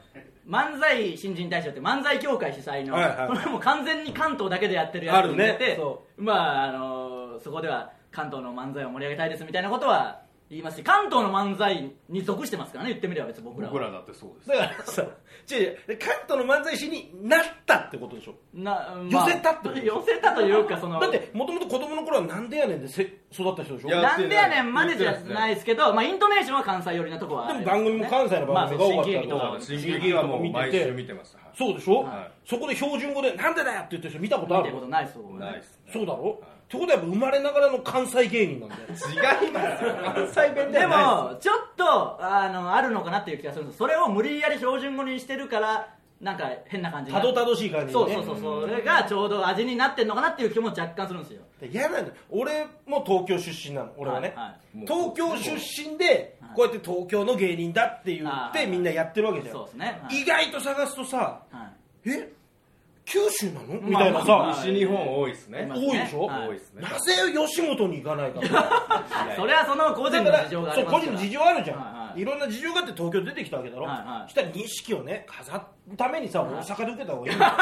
[SPEAKER 1] 漫才新人大賞って漫才協会主催の、
[SPEAKER 3] はいはい
[SPEAKER 1] これもう完全に関東だけでやってるやつに出て、
[SPEAKER 3] あるねそ
[SPEAKER 1] まああのそこでは関東の漫才を盛り上げたいですみたいなことは言いますし関東の漫才に属してますからね言ってみれば別に僕らは
[SPEAKER 2] 僕らだってそうです
[SPEAKER 3] だからさ違う違うで関東の漫才師になったってことでしょ
[SPEAKER 1] な、
[SPEAKER 3] 寄せたってこと
[SPEAKER 1] 寄せたというかその
[SPEAKER 3] だってもともと子供の頃はなんでやねんでせ育った人でしょ
[SPEAKER 2] いや
[SPEAKER 1] なんでやねんまでじゃないですけど、まあ、イントネーションは関西寄りなとこはあ
[SPEAKER 3] で
[SPEAKER 1] りま
[SPEAKER 3] も
[SPEAKER 1] す
[SPEAKER 3] 番
[SPEAKER 1] ね、
[SPEAKER 3] 組も関西の番組が多かった
[SPEAKER 1] まあ
[SPEAKER 3] と
[SPEAKER 1] そ
[SPEAKER 2] 新喜劇はもう毎週見てましたはい
[SPEAKER 3] そうでしょ、
[SPEAKER 2] はい
[SPEAKER 3] そこで標準語で「なんでだよ!」って言ってる人見たことあ
[SPEAKER 1] 見て
[SPEAKER 3] る
[SPEAKER 1] ることないです僕
[SPEAKER 2] ないっすね
[SPEAKER 3] そうだろ、ってことはやっぱ生まれながらの関西芸人なんだよ
[SPEAKER 2] 違いますよ関西弁で
[SPEAKER 1] で
[SPEAKER 2] はないっ
[SPEAKER 1] もちょっとあのあるのかなっていう気がするんですそれを無理やり標準語にしてるからなんか変な感じに
[SPEAKER 3] た
[SPEAKER 1] なる
[SPEAKER 3] どたどしい感じ
[SPEAKER 1] そう
[SPEAKER 3] で、ね、
[SPEAKER 1] そうそうそれがちょうど味になってんのかなっていう気も若干するんですよ
[SPEAKER 3] で嫌なんだよ俺も東京出身なの俺はね、
[SPEAKER 1] はいはい
[SPEAKER 2] もう
[SPEAKER 3] 東京出身で
[SPEAKER 1] はい
[SPEAKER 3] こうやって東京の芸人だって言っ
[SPEAKER 1] はいは
[SPEAKER 3] て
[SPEAKER 1] い
[SPEAKER 3] みんなやってるわけじゃん、
[SPEAKER 1] そうですね、はい
[SPEAKER 3] 意外と探すとさ
[SPEAKER 1] は
[SPEAKER 3] え九州なのみたいなさ、
[SPEAKER 1] まあまあま
[SPEAKER 2] す西日本多いですね
[SPEAKER 1] まあ
[SPEAKER 3] 多いでしょ、
[SPEAKER 1] はい
[SPEAKER 2] 多いですね
[SPEAKER 3] なぜ吉本に行かないかな
[SPEAKER 2] いや
[SPEAKER 1] い、それはその個人
[SPEAKER 3] だ
[SPEAKER 1] の
[SPEAKER 3] から
[SPEAKER 1] 事情があ
[SPEAKER 3] そ
[SPEAKER 1] り
[SPEAKER 3] う
[SPEAKER 1] ます
[SPEAKER 3] 個
[SPEAKER 1] から
[SPEAKER 3] 人の事情あるじゃん、
[SPEAKER 1] はい
[SPEAKER 3] い
[SPEAKER 1] はい
[SPEAKER 3] ろんな事情があって東京出てきたわけだろ、
[SPEAKER 1] はいはい
[SPEAKER 3] そしたら錦をね飾るためにさ大阪で受けた方がいいんだよ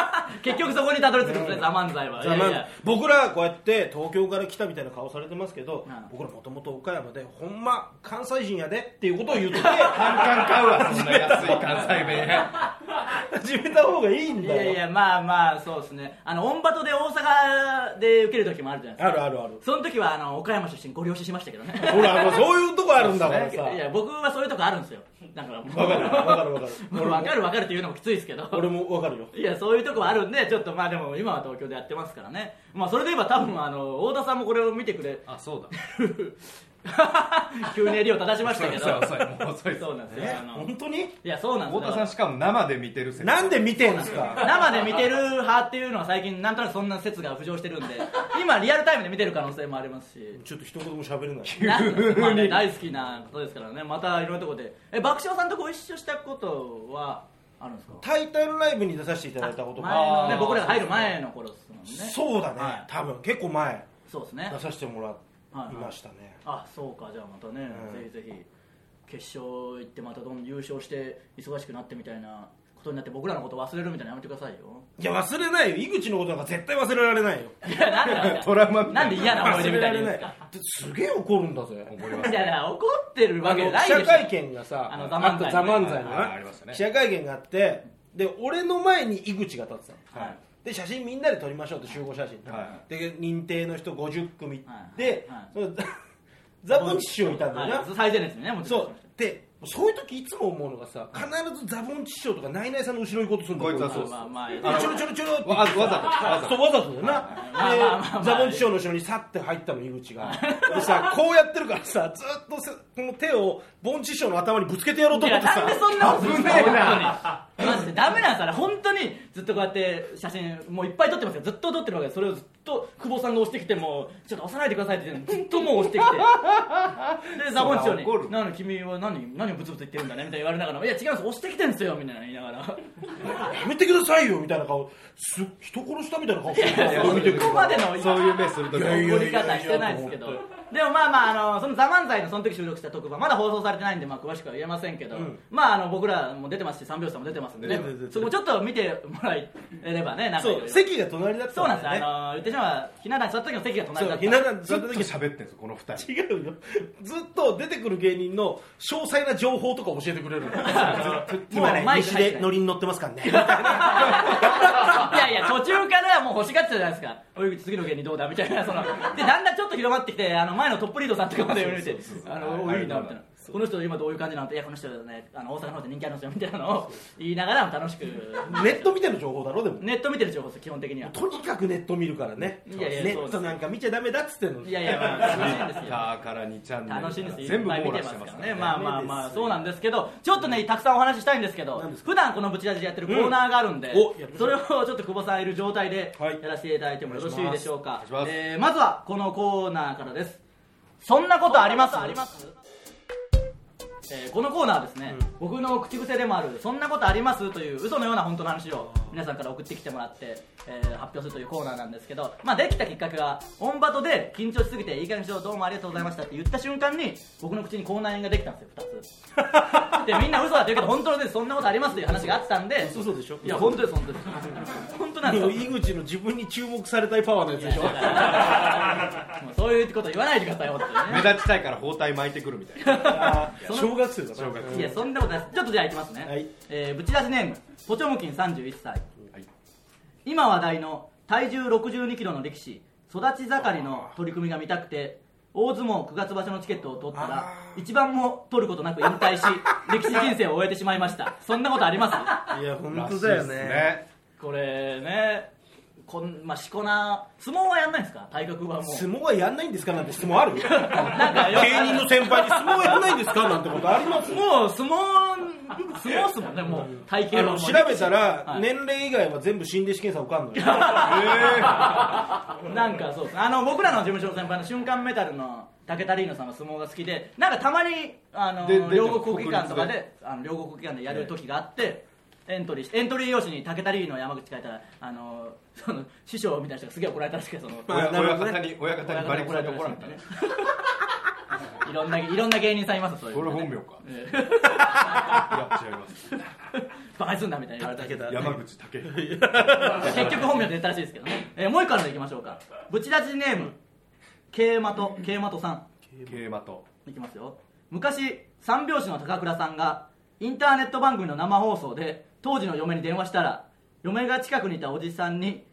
[SPEAKER 1] 結局そこにたどり着くんですねザ・漫才はい
[SPEAKER 3] ざ
[SPEAKER 1] やい
[SPEAKER 3] まん
[SPEAKER 1] や
[SPEAKER 3] 僕らこうやって東京から来たみたいな顔されてますけど、
[SPEAKER 1] うん
[SPEAKER 3] 僕らもともと岡山でほんま関西人やでっていうことを言って
[SPEAKER 2] カンカン買うわそんな安い関西弁
[SPEAKER 3] 始めた方がいいん
[SPEAKER 1] い
[SPEAKER 3] だよ
[SPEAKER 1] やいやまあまあそうですねあのオンバトで大阪で受ける時もあるじゃないですか
[SPEAKER 3] あるあるある
[SPEAKER 1] その時はあの岡山出身ご了承しましたけどね
[SPEAKER 3] ほらもうそういうとこあるんだから
[SPEAKER 1] い
[SPEAKER 3] さ
[SPEAKER 1] や僕はそういうとこあるんですよだからもう
[SPEAKER 3] わかるわかるわかる
[SPEAKER 1] もう分かる分かるっていうのもきついですけど
[SPEAKER 3] 俺もわかるよ
[SPEAKER 1] いやそういうとこはあるんでちょっとまあでも今は東京でやってますからねまあそれで言えば多分あの太田さんもこれを見てくれ
[SPEAKER 2] あそうだ
[SPEAKER 1] 急に襟を正しましたけど
[SPEAKER 2] 遅い遅いもう遅いです
[SPEAKER 1] そうなんですよ
[SPEAKER 3] え
[SPEAKER 1] あの
[SPEAKER 3] 本当に
[SPEAKER 1] いやそうなんです
[SPEAKER 2] 太
[SPEAKER 1] よ
[SPEAKER 2] 田さんしかも生で見てる説
[SPEAKER 3] なんで見てんですか
[SPEAKER 1] 生で見てる派っていうのは最近なんとなくそんな説が浮上してるんで今リアルタイムで見てる可能性もありますし
[SPEAKER 3] ちょっと一言も喋れな
[SPEAKER 1] な
[SPEAKER 3] い
[SPEAKER 1] んまあね、大好きなことですからねまたいろんなところでえ爆笑さんとご一緒したことはあるんですか
[SPEAKER 3] タイトルライブに出させていただいたこと
[SPEAKER 1] 前のね
[SPEAKER 2] あー
[SPEAKER 1] 僕らが入る前の頃ですもんね
[SPEAKER 3] そうだね、
[SPEAKER 1] はい
[SPEAKER 3] 多分結構前
[SPEAKER 1] そうですね
[SPEAKER 3] 出させてもらいましたね、
[SPEAKER 1] あそうかじゃあまたね、
[SPEAKER 3] うん
[SPEAKER 1] ぜひぜひ決勝行ってまたどんどん優勝して忙しくなってみたいなことになって僕らのこと忘れるみたいなのやめてくださいよ
[SPEAKER 3] いや忘れないよ井口のことなんか絶対忘れられないよ
[SPEAKER 1] いやなんでなんですか
[SPEAKER 2] トラウマみた
[SPEAKER 1] ないんで嫌な思い出みたいに言うん
[SPEAKER 3] 忘
[SPEAKER 1] で
[SPEAKER 3] れ
[SPEAKER 1] す
[SPEAKER 3] ら
[SPEAKER 1] か
[SPEAKER 3] れないですげえ怒るんだぜ
[SPEAKER 2] 思いま
[SPEAKER 1] い
[SPEAKER 2] す
[SPEAKER 1] やいや怒ってるわ
[SPEAKER 3] あ
[SPEAKER 1] け
[SPEAKER 3] の
[SPEAKER 1] ない
[SPEAKER 3] 記
[SPEAKER 1] でしょ
[SPEAKER 3] 者会見がさ
[SPEAKER 1] あの
[SPEAKER 3] あ
[SPEAKER 1] ザ漫才
[SPEAKER 3] ったザ漫才の
[SPEAKER 2] ああありましたね
[SPEAKER 3] 記者会見があってで俺の前に井口が立ってたの、
[SPEAKER 1] はい
[SPEAKER 3] で写真みんなで撮りましょうって集合写真、
[SPEAKER 2] は
[SPEAKER 3] で認定の人50組、
[SPEAKER 1] はい
[SPEAKER 3] で、
[SPEAKER 1] はい
[SPEAKER 3] そのザ・ボンチ師匠いたんだよ
[SPEAKER 1] は
[SPEAKER 3] な、
[SPEAKER 1] い最前列にねもちろん
[SPEAKER 3] そうでそういう時いつも思うのがさ必ずザボンチ師匠とかナイナイさんの後ろに行こうとするんだよ
[SPEAKER 2] こいつはそう
[SPEAKER 1] まあまあまあ
[SPEAKER 3] でちょろちょろちょろって
[SPEAKER 2] わわざとわざ
[SPEAKER 3] そう
[SPEAKER 2] と
[SPEAKER 3] わざとだよ
[SPEAKER 1] まあまあまあま
[SPEAKER 3] な
[SPEAKER 1] あ
[SPEAKER 3] でザボンチ師匠の後ろにさって入ったの井口がで さこうやってるからさずっとせこの手をボンチ師匠の頭にぶつけてやろうと
[SPEAKER 1] い
[SPEAKER 3] 思っ
[SPEAKER 1] や
[SPEAKER 3] て
[SPEAKER 1] なん
[SPEAKER 3] さ
[SPEAKER 1] でそんなことするんです
[SPEAKER 2] 危ねえ
[SPEAKER 1] か本当にマジでダメなんですあれ本当にずっとこうやって写真もういっぱい撮ってますよずっと撮ってるわけですそれをずっと久保さんが押してきてもうちょっと押さないでくださいって言ってずっと もう押してきてでザボンチョに
[SPEAKER 2] 怒
[SPEAKER 1] 「
[SPEAKER 2] る
[SPEAKER 1] なのに君は何何をブツブツ言ってるんだね」みたいな言われながら「いや違うんです押してきてんすよ」みたいな言いながら
[SPEAKER 3] やめてくださいよみたいな顔す人殺したみたいな顔してるから
[SPEAKER 2] や
[SPEAKER 3] それ見てく
[SPEAKER 1] そこまでの
[SPEAKER 2] そういう目するとき
[SPEAKER 3] いやいや
[SPEAKER 1] 怒り方してないですけどでもまあまああのその「ザ漫才のその時収録した特番まだ放送されてないんで、まあ、詳しくは言えませんけど、
[SPEAKER 3] うん
[SPEAKER 1] まああの僕らも出てますし三拍子さんも出てますんで、ね
[SPEAKER 3] 出てる出てる
[SPEAKER 1] そこちょっと見てもらえればねなんかいろい
[SPEAKER 3] そ
[SPEAKER 1] ろ
[SPEAKER 3] う席が隣だっ
[SPEAKER 1] そうなん
[SPEAKER 3] たん
[SPEAKER 1] です
[SPEAKER 3] だよね
[SPEAKER 1] あの言ってしまえばひな壇に座った時の席が隣だ
[SPEAKER 3] そう
[SPEAKER 1] っ
[SPEAKER 3] ひ
[SPEAKER 1] た
[SPEAKER 3] な壇
[SPEAKER 2] ず
[SPEAKER 3] 座
[SPEAKER 2] っ
[SPEAKER 3] っ
[SPEAKER 2] と
[SPEAKER 3] た時
[SPEAKER 2] 喋ってんですよこの二人
[SPEAKER 3] 違うよずっと出てくる芸人の詳細な情報とか教えて くれるの今ね
[SPEAKER 1] もうマイク
[SPEAKER 3] 西
[SPEAKER 1] 入ってな
[SPEAKER 3] で
[SPEAKER 1] い
[SPEAKER 3] 乗りに乗ってますからね
[SPEAKER 1] いやいや途中からもう欲しがってたじゃないですかおい次の芸人どうだみたいなそ のでだんだんちょっと広まってきてあの前のトップリードさんとかまで言われて
[SPEAKER 2] そうそうそう
[SPEAKER 1] あ
[SPEAKER 2] はい
[SPEAKER 1] のおいいいなみたいな
[SPEAKER 2] は
[SPEAKER 1] この人今どういう感じなのっていやこの人ねあの大阪の方で人気あるんですよみたいなのを言いながらも楽しく
[SPEAKER 3] ネット見ての情報だろでも
[SPEAKER 1] ネット見てる情報です基本的には
[SPEAKER 3] とにかくネット見るからね
[SPEAKER 1] いやいや
[SPEAKER 3] ネットなんか見ちゃダメだっつってんの
[SPEAKER 1] いやいや、まあ、楽しいんですよ。
[SPEAKER 2] ターから2チャンネル
[SPEAKER 1] 楽しいんですよ。
[SPEAKER 2] 全部
[SPEAKER 1] いっぱい
[SPEAKER 2] 網
[SPEAKER 1] 見
[SPEAKER 2] 羅
[SPEAKER 1] てま
[SPEAKER 2] して
[SPEAKER 1] す
[SPEAKER 2] ま
[SPEAKER 1] か
[SPEAKER 2] す
[SPEAKER 1] ら
[SPEAKER 2] ね
[SPEAKER 1] ね。まあまあま
[SPEAKER 3] ダメ
[SPEAKER 1] あ、
[SPEAKER 3] ですよ
[SPEAKER 1] そうなんですけど、ちょっとね、たくさんお話ししたいんですけど
[SPEAKER 3] 何です、か
[SPEAKER 1] 普段このブチラジでやってるコーナーがあるんで
[SPEAKER 3] うんおやってみましょ、う
[SPEAKER 1] それをちょっと久保さんいる状態で
[SPEAKER 3] はい
[SPEAKER 1] やらせていただいてもよろしいでしょう
[SPEAKER 2] お願
[SPEAKER 1] か
[SPEAKER 2] いしま。す
[SPEAKER 1] えーまずはこのコーナーからです。そんなことありますえーこのコーナーはですね、僕の口癖でもある「そんなことあります?」という嘘のような本当の話を皆さんから送ってきてもらって、えー発表するというコーナーなんですけど、まあ、できたきっかけがオンバトで緊張しすぎて「いい加減にしろどうもありがとうございました」って言った瞬間に僕の口に口内炎ができたんですよ2つ でみんな嘘だって言うけど本当ですそんなことありますという話があってたんで
[SPEAKER 3] 嘘でしょ
[SPEAKER 1] いや本当です本当です本当なんですよ
[SPEAKER 3] 井口の自分に注目されたいパワーのやつでしょ
[SPEAKER 1] もうそういうこと言わないでくださいよってね
[SPEAKER 2] 目立ちたいから包帯巻いてくるみたいな
[SPEAKER 1] その
[SPEAKER 3] 小学生だ
[SPEAKER 2] 小学生
[SPEAKER 1] いやそんなことないですちょっとじゃあいきますね、
[SPEAKER 3] はい
[SPEAKER 1] えーぶち出しネームポチョムキン31歳
[SPEAKER 2] はい
[SPEAKER 1] 今話題の体重6 2キロの力士育ち盛りの取り組みが見たくて大相撲9月場所のチケットを取ったら一番も取ることなく引退し 歴史人生を終えてしまいましたそんなことあります
[SPEAKER 3] いや本当だよね
[SPEAKER 1] これねこんまあしこな相撲はやんないんですか体格はも
[SPEAKER 3] 相
[SPEAKER 1] う
[SPEAKER 3] 撲はやんないんですかなんて質問ある芸
[SPEAKER 1] なんかよ
[SPEAKER 3] 人の先輩に相撲はやんないんですかなんてことあります
[SPEAKER 1] もう相撲相撲っすもんねもう体型
[SPEAKER 3] あ
[SPEAKER 1] の
[SPEAKER 3] の
[SPEAKER 1] もう
[SPEAKER 3] 調べたら
[SPEAKER 1] はい
[SPEAKER 3] 年齢以外は全部心霊試験さ受かんのよ
[SPEAKER 1] なんかそうですあの僕らの事務所の先輩の瞬間メタルの武田リーノさんが相撲が好きでなんかたまにあ
[SPEAKER 2] で
[SPEAKER 1] の
[SPEAKER 2] で
[SPEAKER 1] 両国国技館とか
[SPEAKER 2] 国
[SPEAKER 1] であの両国国技館でやる時があって、エントリーしエントリー用紙に武田リーノ山口書いたらあのその師匠みたいな人がすげえ怒られたらしくてその
[SPEAKER 3] まあ
[SPEAKER 2] 親
[SPEAKER 3] なるほ
[SPEAKER 2] 親
[SPEAKER 3] どね
[SPEAKER 2] 方に親方にバリクさんに怒られたね
[SPEAKER 1] ねいろんないろんな芸人さんいますそういう
[SPEAKER 2] これ
[SPEAKER 1] の
[SPEAKER 2] 本
[SPEAKER 1] ね
[SPEAKER 2] 名か
[SPEAKER 1] え
[SPEAKER 2] いや違います
[SPEAKER 1] えバカにすんだみたいな言われたりして
[SPEAKER 3] 武田
[SPEAKER 2] 山口武
[SPEAKER 1] 結局本名で言ったらしいですけどね、えーもう一個あるのいきましょうかブチラジネームケイマトケイマトさん
[SPEAKER 2] 桂馬と
[SPEAKER 1] いきますよ昔三拍子の高倉さんがインターネット番組の生放送で当時の嫁に電話したら嫁が近くにいたおじさんに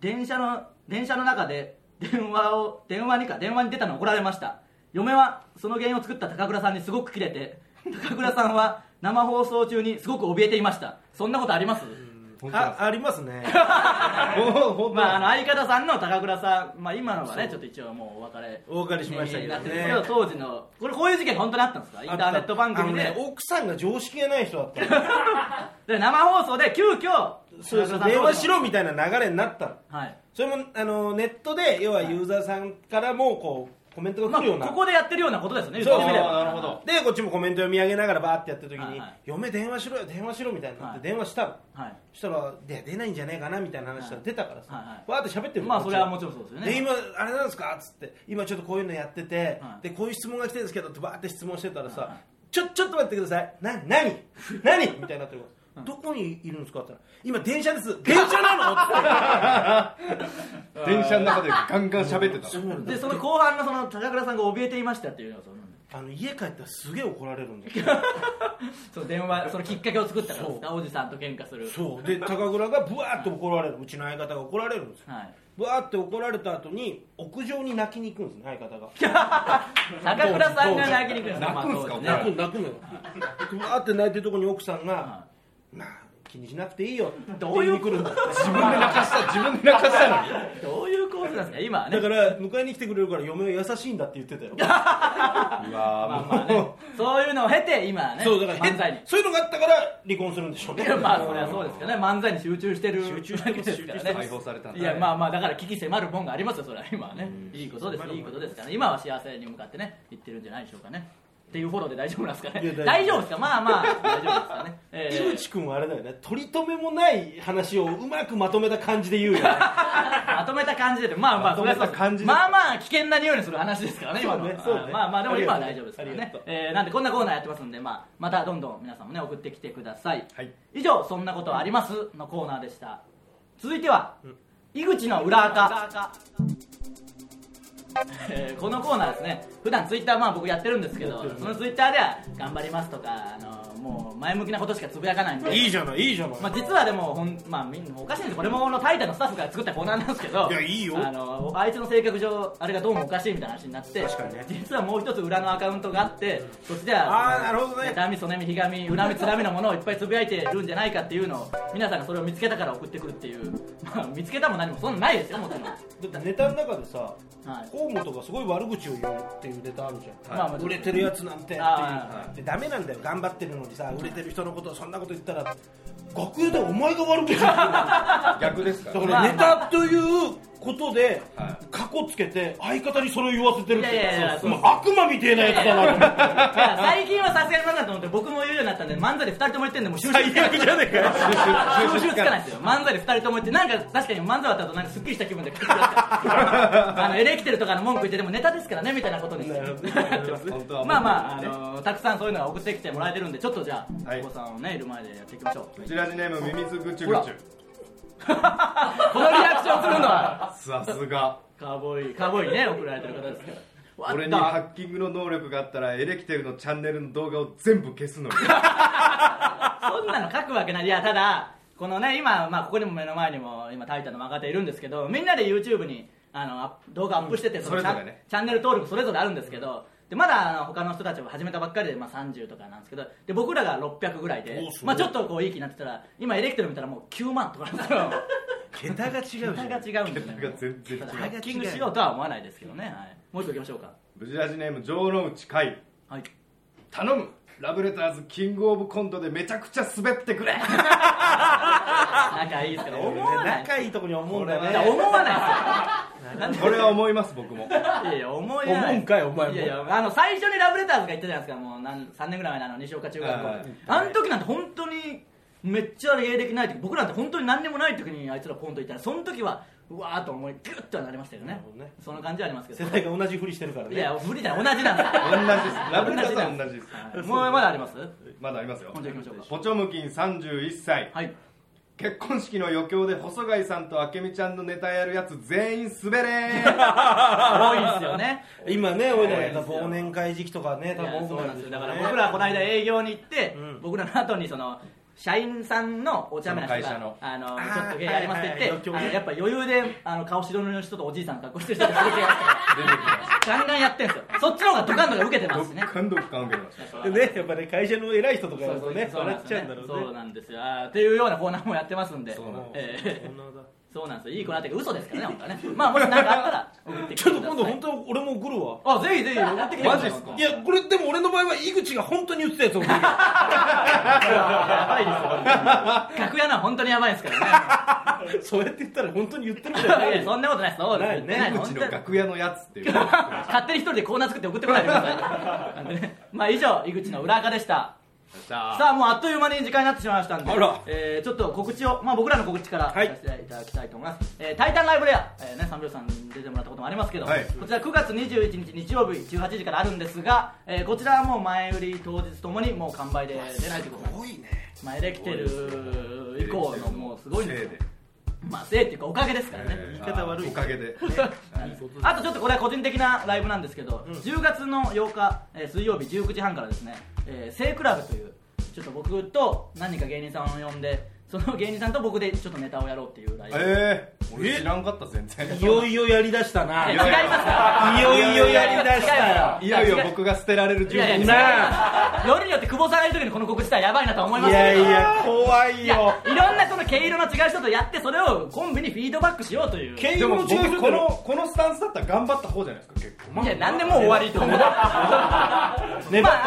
[SPEAKER 1] 電車の電車の中で電話を電話にか電話に出たのを怒られました嫁はその原因を作った高倉さんにすごくキレて高倉さんは生放送中にすごく怯えていましたそんなことあります
[SPEAKER 2] 本当
[SPEAKER 3] あ
[SPEAKER 2] だ
[SPEAKER 3] ありますね
[SPEAKER 2] ほんほんと
[SPEAKER 1] まあ、あ
[SPEAKER 2] だ
[SPEAKER 1] の相方さんの高倉さん、まあ、今のはねちょっと一応もうお別れ
[SPEAKER 3] お別れしましたけ
[SPEAKER 1] にな
[SPEAKER 3] ど
[SPEAKER 1] ってるんです
[SPEAKER 3] ね
[SPEAKER 1] けど当時のこれこういう事件が本当にあったんですかインターネット番組で,、
[SPEAKER 3] あのね奥さんが常識がない人だったの
[SPEAKER 1] で生放送で急遽
[SPEAKER 3] そうそ
[SPEAKER 1] 高倉さ
[SPEAKER 3] う
[SPEAKER 1] ん
[SPEAKER 3] 電
[SPEAKER 1] の
[SPEAKER 3] 話しろみたいな流れになったの
[SPEAKER 1] はい、
[SPEAKER 3] それもあのネットで要はユーザーさんからもこうコメントが
[SPEAKER 1] ま
[SPEAKER 3] 来るよう
[SPEAKER 1] あ、
[SPEAKER 3] な、
[SPEAKER 1] ここでやってるようなことですよね
[SPEAKER 3] そう
[SPEAKER 1] 言ってみれば
[SPEAKER 2] あーなるほど
[SPEAKER 3] でこっちもコメント読み上げながらバーってやった時に、
[SPEAKER 1] はいはい
[SPEAKER 3] 嫁電話しろよ電話しろみたいになって
[SPEAKER 1] はい
[SPEAKER 3] 電話したの、
[SPEAKER 1] はい
[SPEAKER 3] そしたらで出ないんじゃないかなみたいな話したら
[SPEAKER 1] はい
[SPEAKER 3] 出たからさ、
[SPEAKER 1] はいはい
[SPEAKER 3] わーって喋ってるの
[SPEAKER 1] まあ
[SPEAKER 3] こ
[SPEAKER 1] そ
[SPEAKER 3] っち
[SPEAKER 1] れはもちろんそうですよね
[SPEAKER 3] で今あれなんですかっつって今ちょっとこういうのやってて、
[SPEAKER 1] はい
[SPEAKER 3] でこういう質問が来てるんですけどってバーって質問してたらさ、
[SPEAKER 1] はい
[SPEAKER 3] ちょちょっと待ってくださいな何何みたいになってるから、どこにいるんですかって言ったら今電車です電車な
[SPEAKER 2] 電車の中でガンガン喋ってた
[SPEAKER 3] のって
[SPEAKER 1] でその後半のその高倉さんが怯えていましたっていうのはその
[SPEAKER 3] あの家帰ったらすげえ怒られるんだよ
[SPEAKER 1] その電話そのきっかけを作ったからですかおじさんと喧嘩する
[SPEAKER 3] そう で高倉がブワーって怒られるうちの相方が怒られるんですよ
[SPEAKER 1] はい、
[SPEAKER 3] ブワーって怒られた後に屋上に泣きに行くんですね相 方が
[SPEAKER 1] 高倉さんが泣きに来るです
[SPEAKER 2] 泣くんすか
[SPEAKER 1] まあそうで
[SPEAKER 2] は
[SPEAKER 1] ね
[SPEAKER 2] い
[SPEAKER 3] 泣く泣くのよブワーって泣いてるとこに奥さんが
[SPEAKER 1] は
[SPEAKER 3] 「まあ気にしなくていいよ」って
[SPEAKER 1] どういう
[SPEAKER 3] 言に来るんだって
[SPEAKER 2] 自分で泣かした自分で泣かしたのに
[SPEAKER 1] どういう構図なんですか今 はね
[SPEAKER 3] だから迎えに来てくれるから嫁は優しいんだって言っ てたよ
[SPEAKER 2] う
[SPEAKER 1] ま
[SPEAKER 2] わ
[SPEAKER 1] あ
[SPEAKER 2] ー
[SPEAKER 1] まあねそういうのを経て今はね
[SPEAKER 3] そうだから
[SPEAKER 1] 漫才に
[SPEAKER 3] そういうのがあったから離婚するんでしょうね
[SPEAKER 1] まあそりゃそうですけどね漫才に集中してる
[SPEAKER 3] 集中してます
[SPEAKER 1] わけですか
[SPEAKER 2] も
[SPEAKER 1] ら
[SPEAKER 2] う
[SPEAKER 1] ね
[SPEAKER 2] 解放されたんだ
[SPEAKER 1] いやまあまあだから危機迫るもんがありますよそれは今はねいいことです
[SPEAKER 3] 迫るもん
[SPEAKER 1] いいことですから今は幸せに向かってね言ってるんじゃないでしょうかねっていうフォローで大丈夫なんですか
[SPEAKER 3] いや
[SPEAKER 1] ね
[SPEAKER 3] 大丈夫
[SPEAKER 1] 大丈夫ですかまあまあ大丈夫ですか ね、え
[SPEAKER 3] 井
[SPEAKER 1] ー
[SPEAKER 3] 口君はあれだよね取り留めもない話をうまくまとめた感じ で言うよね
[SPEAKER 1] まとめた感じでまあまあ
[SPEAKER 2] まとめた感じで
[SPEAKER 1] まあまあ危険な匂いのする話ですからね今のは
[SPEAKER 3] そうねそうね
[SPEAKER 1] まあまあでも今は大丈夫ですから
[SPEAKER 3] ありが
[SPEAKER 1] ね
[SPEAKER 3] とう、
[SPEAKER 1] えーなんでこんなコーナーやってますんで、まあ、またどんどん皆さんもね送ってきてください、
[SPEAKER 2] はい
[SPEAKER 1] 以上「そんなことあります?」のコーナーでした続いては、井口の裏垢 えーこのコーナーですね普段ツイッターまあ僕やってるんですけどそのツイッターでは頑張りますとかあのもう前向きなことしかつぶやかないんで
[SPEAKER 3] いいじゃないいいじゃない
[SPEAKER 1] まあ、実はでもほん、まあ、みんおかしいんですこれもあのタイタンのスタッフが作ったコーナーなんですけど
[SPEAKER 3] いやいいよ
[SPEAKER 1] あのあいつの性格上あれがどうもおかしいみたいな話になって
[SPEAKER 3] 確かにね
[SPEAKER 1] 実はもう一つ裏のアカウントがあってそっちでは
[SPEAKER 3] あーなるほどね
[SPEAKER 1] 妬みそねみひがみ恨みつらみのものをいっぱいつぶやいてるんじゃないかっていうのを皆さんがそれを見つけたから送ってくるっていう、 まあ、見つけたも何もそんなのないですよもちろん、はい
[SPEAKER 3] だってネタの中でさ河本がすごい悪口を言うっていうネタあるじゃん、
[SPEAKER 1] まあまあ
[SPEAKER 3] 売れてるやつなんてっていう、
[SPEAKER 1] あ
[SPEAKER 3] でダメなんだよ頑張ってるのにさ売れてる人のことをそんなこと言ったら楽屋でお前が悪 口言ってるんだよ
[SPEAKER 2] 逆ですか
[SPEAKER 3] だ
[SPEAKER 2] ら
[SPEAKER 3] か
[SPEAKER 1] まあ
[SPEAKER 3] らネタということで、
[SPEAKER 2] は
[SPEAKER 3] 過去つけて相方にそれを言わせてるって
[SPEAKER 1] いやいやいや
[SPEAKER 3] もう悪魔みてえなやつだなと思って
[SPEAKER 1] いや最近はさすがにまだと思って僕も言うようになったんで漫才で2人とも言ってんでもう収集つ かない
[SPEAKER 3] じゃねえかよ
[SPEAKER 1] 収集つかないですよ漫才で2人とも言ってなんか確かに漫才終わった後なんかすっきりした気分で帰ってきま したあのエレキテルとかの文句言ってでもネタですからねみたいなことにして
[SPEAKER 2] 本当は
[SPEAKER 1] まあまあ、あのーたくさんそういうのが送ってきてもらえてるんでちょっとじゃあ、
[SPEAKER 2] はい
[SPEAKER 1] お子さんをねいる前でやっていきましょう
[SPEAKER 2] うちらじネームミミズグチュグ
[SPEAKER 1] ほ
[SPEAKER 2] チュ
[SPEAKER 1] このリアクションするのは
[SPEAKER 2] さすが
[SPEAKER 1] カーボーイカーボーイにね送られてる方ですからわ
[SPEAKER 2] 俺にハッキングの能力があったらエレキテルのチャンネルの動画を全部消 すのに
[SPEAKER 1] そんなの書くわけない。いや、ただ、このね、今、まあ、ここにも目の前にも、今、タイタンの若手いるんですけど、みんなで YouTube に、あの、アップ動画アップしてて、の
[SPEAKER 2] それぞれね
[SPEAKER 1] チャンネル登録それぞれあるんですけど、でまだあの他の人たちも始めたばっかりで、まあ、30とかなんですけどで僕らが600ぐらいで
[SPEAKER 3] おすごい、
[SPEAKER 1] まあ、ちょっとこういい気になってたら今エレクトル見たらもう9万とかなんですよ
[SPEAKER 3] 桁が違うじゃん
[SPEAKER 1] 桁が違うんですね
[SPEAKER 2] 桁が全然違う
[SPEAKER 1] ハッキングしようとは思わないですけどね、はい、もう一個いきましょうか
[SPEAKER 2] ブチラジネーム城之内海
[SPEAKER 1] はい
[SPEAKER 2] 頼むラブレターズキングオブコントでめちゃくちゃ滑って くれ
[SPEAKER 1] 仲いいですけど思わない
[SPEAKER 3] 仲いいとこに思うんだよ
[SPEAKER 1] いや
[SPEAKER 3] ね
[SPEAKER 1] 思わないですよ なんで
[SPEAKER 2] これは思います僕も
[SPEAKER 1] いやいや思い出ない
[SPEAKER 3] 思うんかいお前も
[SPEAKER 1] いやいやあの最初にラブレターズが言ったじゃないですかもうなん3年ぐらい前のあの西岡中学校
[SPEAKER 2] はい
[SPEAKER 1] あの時なんて本当にめっちゃ芸歴ない時僕なんて本当に何にもない時にあいつらポンといったらその時はうわーっと思いギュッとはなりましたよ
[SPEAKER 3] な
[SPEAKER 1] ね
[SPEAKER 3] るほどね
[SPEAKER 1] その感じはありますけ
[SPEAKER 3] 世
[SPEAKER 1] ど
[SPEAKER 3] 代が同じふりしてるから
[SPEAKER 1] い
[SPEAKER 3] ね
[SPEAKER 1] や無理 だよ同じなんだ
[SPEAKER 2] 同じですラブレターズは同じです
[SPEAKER 1] はいもうまだあります
[SPEAKER 2] まだありますよ
[SPEAKER 1] 今度行きましょうか
[SPEAKER 2] ポチョムキン31歳
[SPEAKER 1] はい
[SPEAKER 2] 結婚式の余興で細貝さんと明美ちゃんのネタやるやつ全員滑れー
[SPEAKER 1] 多いですよね
[SPEAKER 3] 今ね俺らが忘年会時期とかね
[SPEAKER 1] い
[SPEAKER 3] 多
[SPEAKER 1] や
[SPEAKER 3] 分多
[SPEAKER 1] そう
[SPEAKER 3] く
[SPEAKER 1] な
[SPEAKER 3] なん
[SPEAKER 1] で
[SPEAKER 3] る
[SPEAKER 1] すよ
[SPEAKER 3] でしょうね
[SPEAKER 1] だから僕らこの間営業に行って、
[SPEAKER 3] うん
[SPEAKER 1] 僕らの後にその社員さんのお茶目な人
[SPEAKER 2] そ
[SPEAKER 1] が
[SPEAKER 2] の会社の
[SPEAKER 1] あの
[SPEAKER 3] あー
[SPEAKER 1] ちょっと芸やりますって言って
[SPEAKER 3] はいはい
[SPEAKER 1] あのや
[SPEAKER 3] はい余興ね
[SPEAKER 1] っぱ余裕であの顔白塗りの人とおじいさんの格好してる人が出てきますからガンガンやってんすよそっちの方がドカンとか受けてますしね
[SPEAKER 2] ドッカンドッカン受けてました
[SPEAKER 3] ね、やっぱね、会社の偉い人とかやるとね、
[SPEAKER 1] そう
[SPEAKER 3] 笑
[SPEAKER 1] なん
[SPEAKER 3] っ
[SPEAKER 1] です
[SPEAKER 3] ちゃ
[SPEAKER 1] よ
[SPEAKER 3] うんだ
[SPEAKER 1] ね
[SPEAKER 3] ろ
[SPEAKER 1] そうう
[SPEAKER 3] ね。
[SPEAKER 1] なんですよあーっていうようなコーナーもやってますんで
[SPEAKER 2] そうなん
[SPEAKER 1] ええ
[SPEAKER 3] 女だ
[SPEAKER 1] そうなんですよいいコーナーっていうか嘘ですからね本当はねまあもし何かあったら送ってき
[SPEAKER 3] ち
[SPEAKER 1] て
[SPEAKER 3] ょっ
[SPEAKER 1] く
[SPEAKER 3] と
[SPEAKER 1] ださ
[SPEAKER 3] 今度
[SPEAKER 1] い
[SPEAKER 3] 本当俺も送るわ。
[SPEAKER 1] あぜひぜひ送ってきてください
[SPEAKER 2] マジっすか
[SPEAKER 3] いや、これでも俺の場合は井口が本当に言ってたやつを送るよ。
[SPEAKER 1] やばいですよ楽屋な本当にやばいです から
[SPEAKER 3] そうやって言ったら本当に言ってるんじ
[SPEAKER 1] ね
[SPEAKER 3] ゃない
[SPEAKER 1] いやそんなことないですそうです言ってない
[SPEAKER 2] 井
[SPEAKER 1] 本
[SPEAKER 2] 口
[SPEAKER 1] 当
[SPEAKER 2] の
[SPEAKER 1] に
[SPEAKER 2] 楽屋のやつっていう
[SPEAKER 1] 勝手に一人でコーナー作って送ってこないでくださいなんでねまあ以上井口の裏垢でしたさあもうあっという間に時間になってしまいましたんで
[SPEAKER 3] あら、
[SPEAKER 1] えーちょっと告知を、まあ、僕らの告知からさ
[SPEAKER 3] はい
[SPEAKER 1] せていただきたいと思います「えータイタンライブレア」えーね、3秒さんに出てもらったこともありますけど、
[SPEAKER 2] はい
[SPEAKER 1] こちら9月21日日曜日18時からあるんですが、えーこちらはもう前売り当日ともにもう完売で出ないということなんです
[SPEAKER 3] ごいね。
[SPEAKER 1] 前で来てる以降のもうすごいんですよ
[SPEAKER 2] せいで
[SPEAKER 1] まあせいっていうかおかげですからね、
[SPEAKER 2] えー
[SPEAKER 3] 言い方悪い
[SPEAKER 2] おかげで
[SPEAKER 1] あとちょっとこれは個人的なライブなんですけど、10月の8日、えー水曜日19時半からですね、えー、セイクラブというちょっと僕と何人か芸人さんを呼んでその芸人さんと僕でちょっとネタをやろうっていうライブ、
[SPEAKER 2] えー、俺知らんかった全然
[SPEAKER 3] いよいよやりだしたな。
[SPEAKER 1] い
[SPEAKER 3] い
[SPEAKER 1] や
[SPEAKER 3] よ
[SPEAKER 1] 違いますから
[SPEAKER 3] いよやりだしたよ。
[SPEAKER 2] いよいよ僕が捨てられる
[SPEAKER 1] い
[SPEAKER 2] 準
[SPEAKER 1] や
[SPEAKER 2] 備
[SPEAKER 1] い
[SPEAKER 2] です
[SPEAKER 1] や違うよりによって久保さんがいる時にこの告知したらやばいなと思いま
[SPEAKER 3] い
[SPEAKER 1] す
[SPEAKER 3] や
[SPEAKER 1] けど
[SPEAKER 3] いや、怖い
[SPEAKER 1] いや
[SPEAKER 3] よ。
[SPEAKER 1] いろんなこの毛色の違う人とやってそれをコンビにフィードバックしようという
[SPEAKER 3] 毛
[SPEAKER 2] で
[SPEAKER 3] 色
[SPEAKER 2] も
[SPEAKER 3] の違う
[SPEAKER 2] 僕
[SPEAKER 3] 人
[SPEAKER 2] こ
[SPEAKER 3] だ
[SPEAKER 2] の
[SPEAKER 3] ろ
[SPEAKER 2] このスタンスだったら頑張った方じゃないですか結構
[SPEAKER 1] いや何でもう終わりと 思う
[SPEAKER 3] 粘
[SPEAKER 1] まあ、
[SPEAKER 3] っ
[SPEAKER 1] あ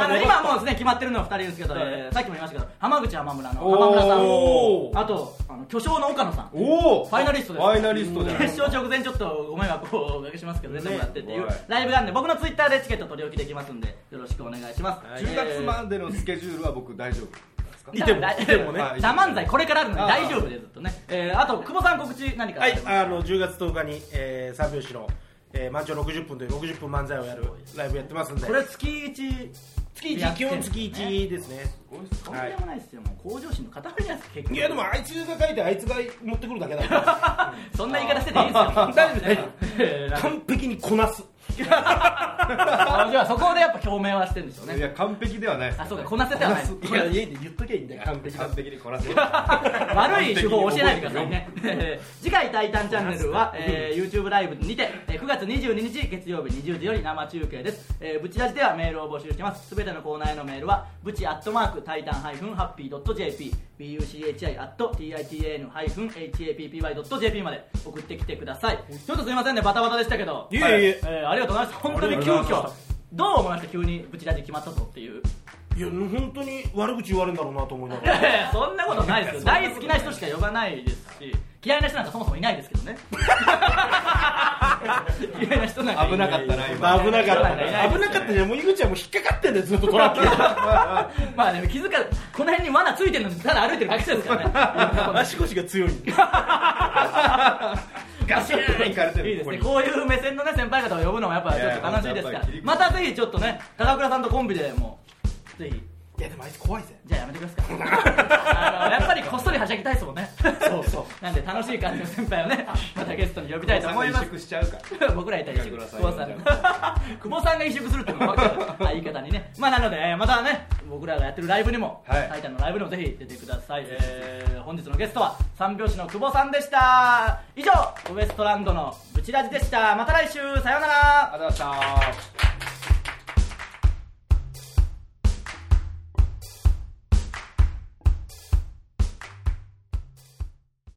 [SPEAKER 3] た
[SPEAKER 1] の
[SPEAKER 3] ね。
[SPEAKER 1] 今はもうですね決まってるのは2人ですけど、えーさっきも言いましたけど浜口浜村の
[SPEAKER 2] おー
[SPEAKER 1] 浜村さんあとあの巨匠の岡野さん
[SPEAKER 2] おお
[SPEAKER 1] ファイナリストです
[SPEAKER 2] ファイナリストじゃない
[SPEAKER 1] 決勝直前ちょっとご迷惑をおかけしますけど出てもらってっていう
[SPEAKER 2] ね
[SPEAKER 1] ライブがあるんで僕のツイッターでチケット取り置きできますんでよろしくお願いします、
[SPEAKER 3] はい
[SPEAKER 2] 10月までのスケジュールは僕大丈夫ですか
[SPEAKER 3] いてもいてもね
[SPEAKER 1] ね漫才これからあるので
[SPEAKER 2] あー
[SPEAKER 1] 大丈夫ですずっとね、えーあと久保さん告知何か
[SPEAKER 3] は
[SPEAKER 1] あ
[SPEAKER 3] い
[SPEAKER 1] ります、か
[SPEAKER 3] あの10月10日に、えー、三拍子の、えー、満潮60分という60分漫才をやるライブやってますんで
[SPEAKER 1] これ月1
[SPEAKER 3] 月
[SPEAKER 1] やっ
[SPEAKER 3] 1
[SPEAKER 1] て
[SPEAKER 3] 基
[SPEAKER 1] るん
[SPEAKER 3] 本
[SPEAKER 1] です
[SPEAKER 3] 月
[SPEAKER 1] ね
[SPEAKER 3] 1ですね
[SPEAKER 1] とんでもないですよもう向上心の塊じゃないですか結
[SPEAKER 3] い
[SPEAKER 1] 局
[SPEAKER 3] やでもあいつが書いてあいつが持ってくるだけだから
[SPEAKER 1] そんな言い方してていいですよ
[SPEAKER 3] 大丈夫大丈
[SPEAKER 1] えー
[SPEAKER 3] 完璧にこなす
[SPEAKER 1] あじゃあそこでやっぱ共鳴はしてるんでしょう
[SPEAKER 2] い
[SPEAKER 1] ね
[SPEAKER 2] や完璧ではないです
[SPEAKER 1] あそうかこなせてはない
[SPEAKER 3] いや家で言っときゃいいんだよ完璧だ
[SPEAKER 2] 完璧にこなせる
[SPEAKER 1] 悪い手法を教えないでくださいね 次回「タイタンチャンネルは」 えー YouTube ライブにてえー9月22日月曜日20時より生中継です、えーブチラジではメールを募集してますすべてのコーナーへのメールはブチアットマークタイタンハイフンハッピードット JP buchi アット titan ハイフン happy ドット JP まで送ってきてくださいちょっとすみませんねバタバタでしたけど
[SPEAKER 3] いえいえ
[SPEAKER 1] えーありがとうございました本当に急
[SPEAKER 3] ありがとうございま
[SPEAKER 1] 遽
[SPEAKER 3] し
[SPEAKER 1] どう思いました急にブチラジ決まったぞっていう
[SPEAKER 3] いや本当に悪口言われるんだろうなと思いなが
[SPEAKER 1] いや
[SPEAKER 3] ら
[SPEAKER 1] いや そんなことないですよ大好きな人しか呼ばないですし嫌いな人なんかそもそもいないですけ どね嫌いな人なんかい
[SPEAKER 2] 危なかったな
[SPEAKER 3] まあ
[SPEAKER 2] 今
[SPEAKER 3] 危なかった
[SPEAKER 1] いやいや
[SPEAKER 3] ね危なかったねもう井口はもう引っかかってんだよずっとトラッ
[SPEAKER 1] まあね気づかこの辺に罠ついてるのにただ歩いてるだけですから
[SPEAKER 3] ク
[SPEAKER 1] ね
[SPEAKER 3] 足腰が強いんだよ
[SPEAKER 2] ガシッといかれてる
[SPEAKER 1] いいですね
[SPEAKER 2] こ
[SPEAKER 1] こういう目線のね先輩方を呼ぶのもやっぱちょっと楽しいですか
[SPEAKER 2] いや
[SPEAKER 1] ら
[SPEAKER 2] いややっぱり切り口
[SPEAKER 1] またぜひちょっとね高倉さんとコンビでもぜひ
[SPEAKER 3] いやでもあいつ怖いぜ
[SPEAKER 1] じゃあやめてくださいあのやっぱりこっそりはしゃぎたいですもんね
[SPEAKER 3] そうそう
[SPEAKER 1] なんで楽しい感じの先輩をねまたゲストに呼びたいと思い
[SPEAKER 2] に
[SPEAKER 1] ます
[SPEAKER 2] 萎縮しちゃうから
[SPEAKER 1] 僕らいたりして
[SPEAKER 2] 高
[SPEAKER 1] 久
[SPEAKER 2] 倉さん
[SPEAKER 1] 保さん久保さんが移植するっていうのも分かるあ言い方にねまあなのでえーまたね僕らがやってるライブにも、
[SPEAKER 2] はい
[SPEAKER 1] タイタンのライブにもぜひ出てください、えー本日のゲストは三拍子の久保さんでした以上ウエストランドのブチラジでしたまた来週さようなら
[SPEAKER 2] ありがとうございました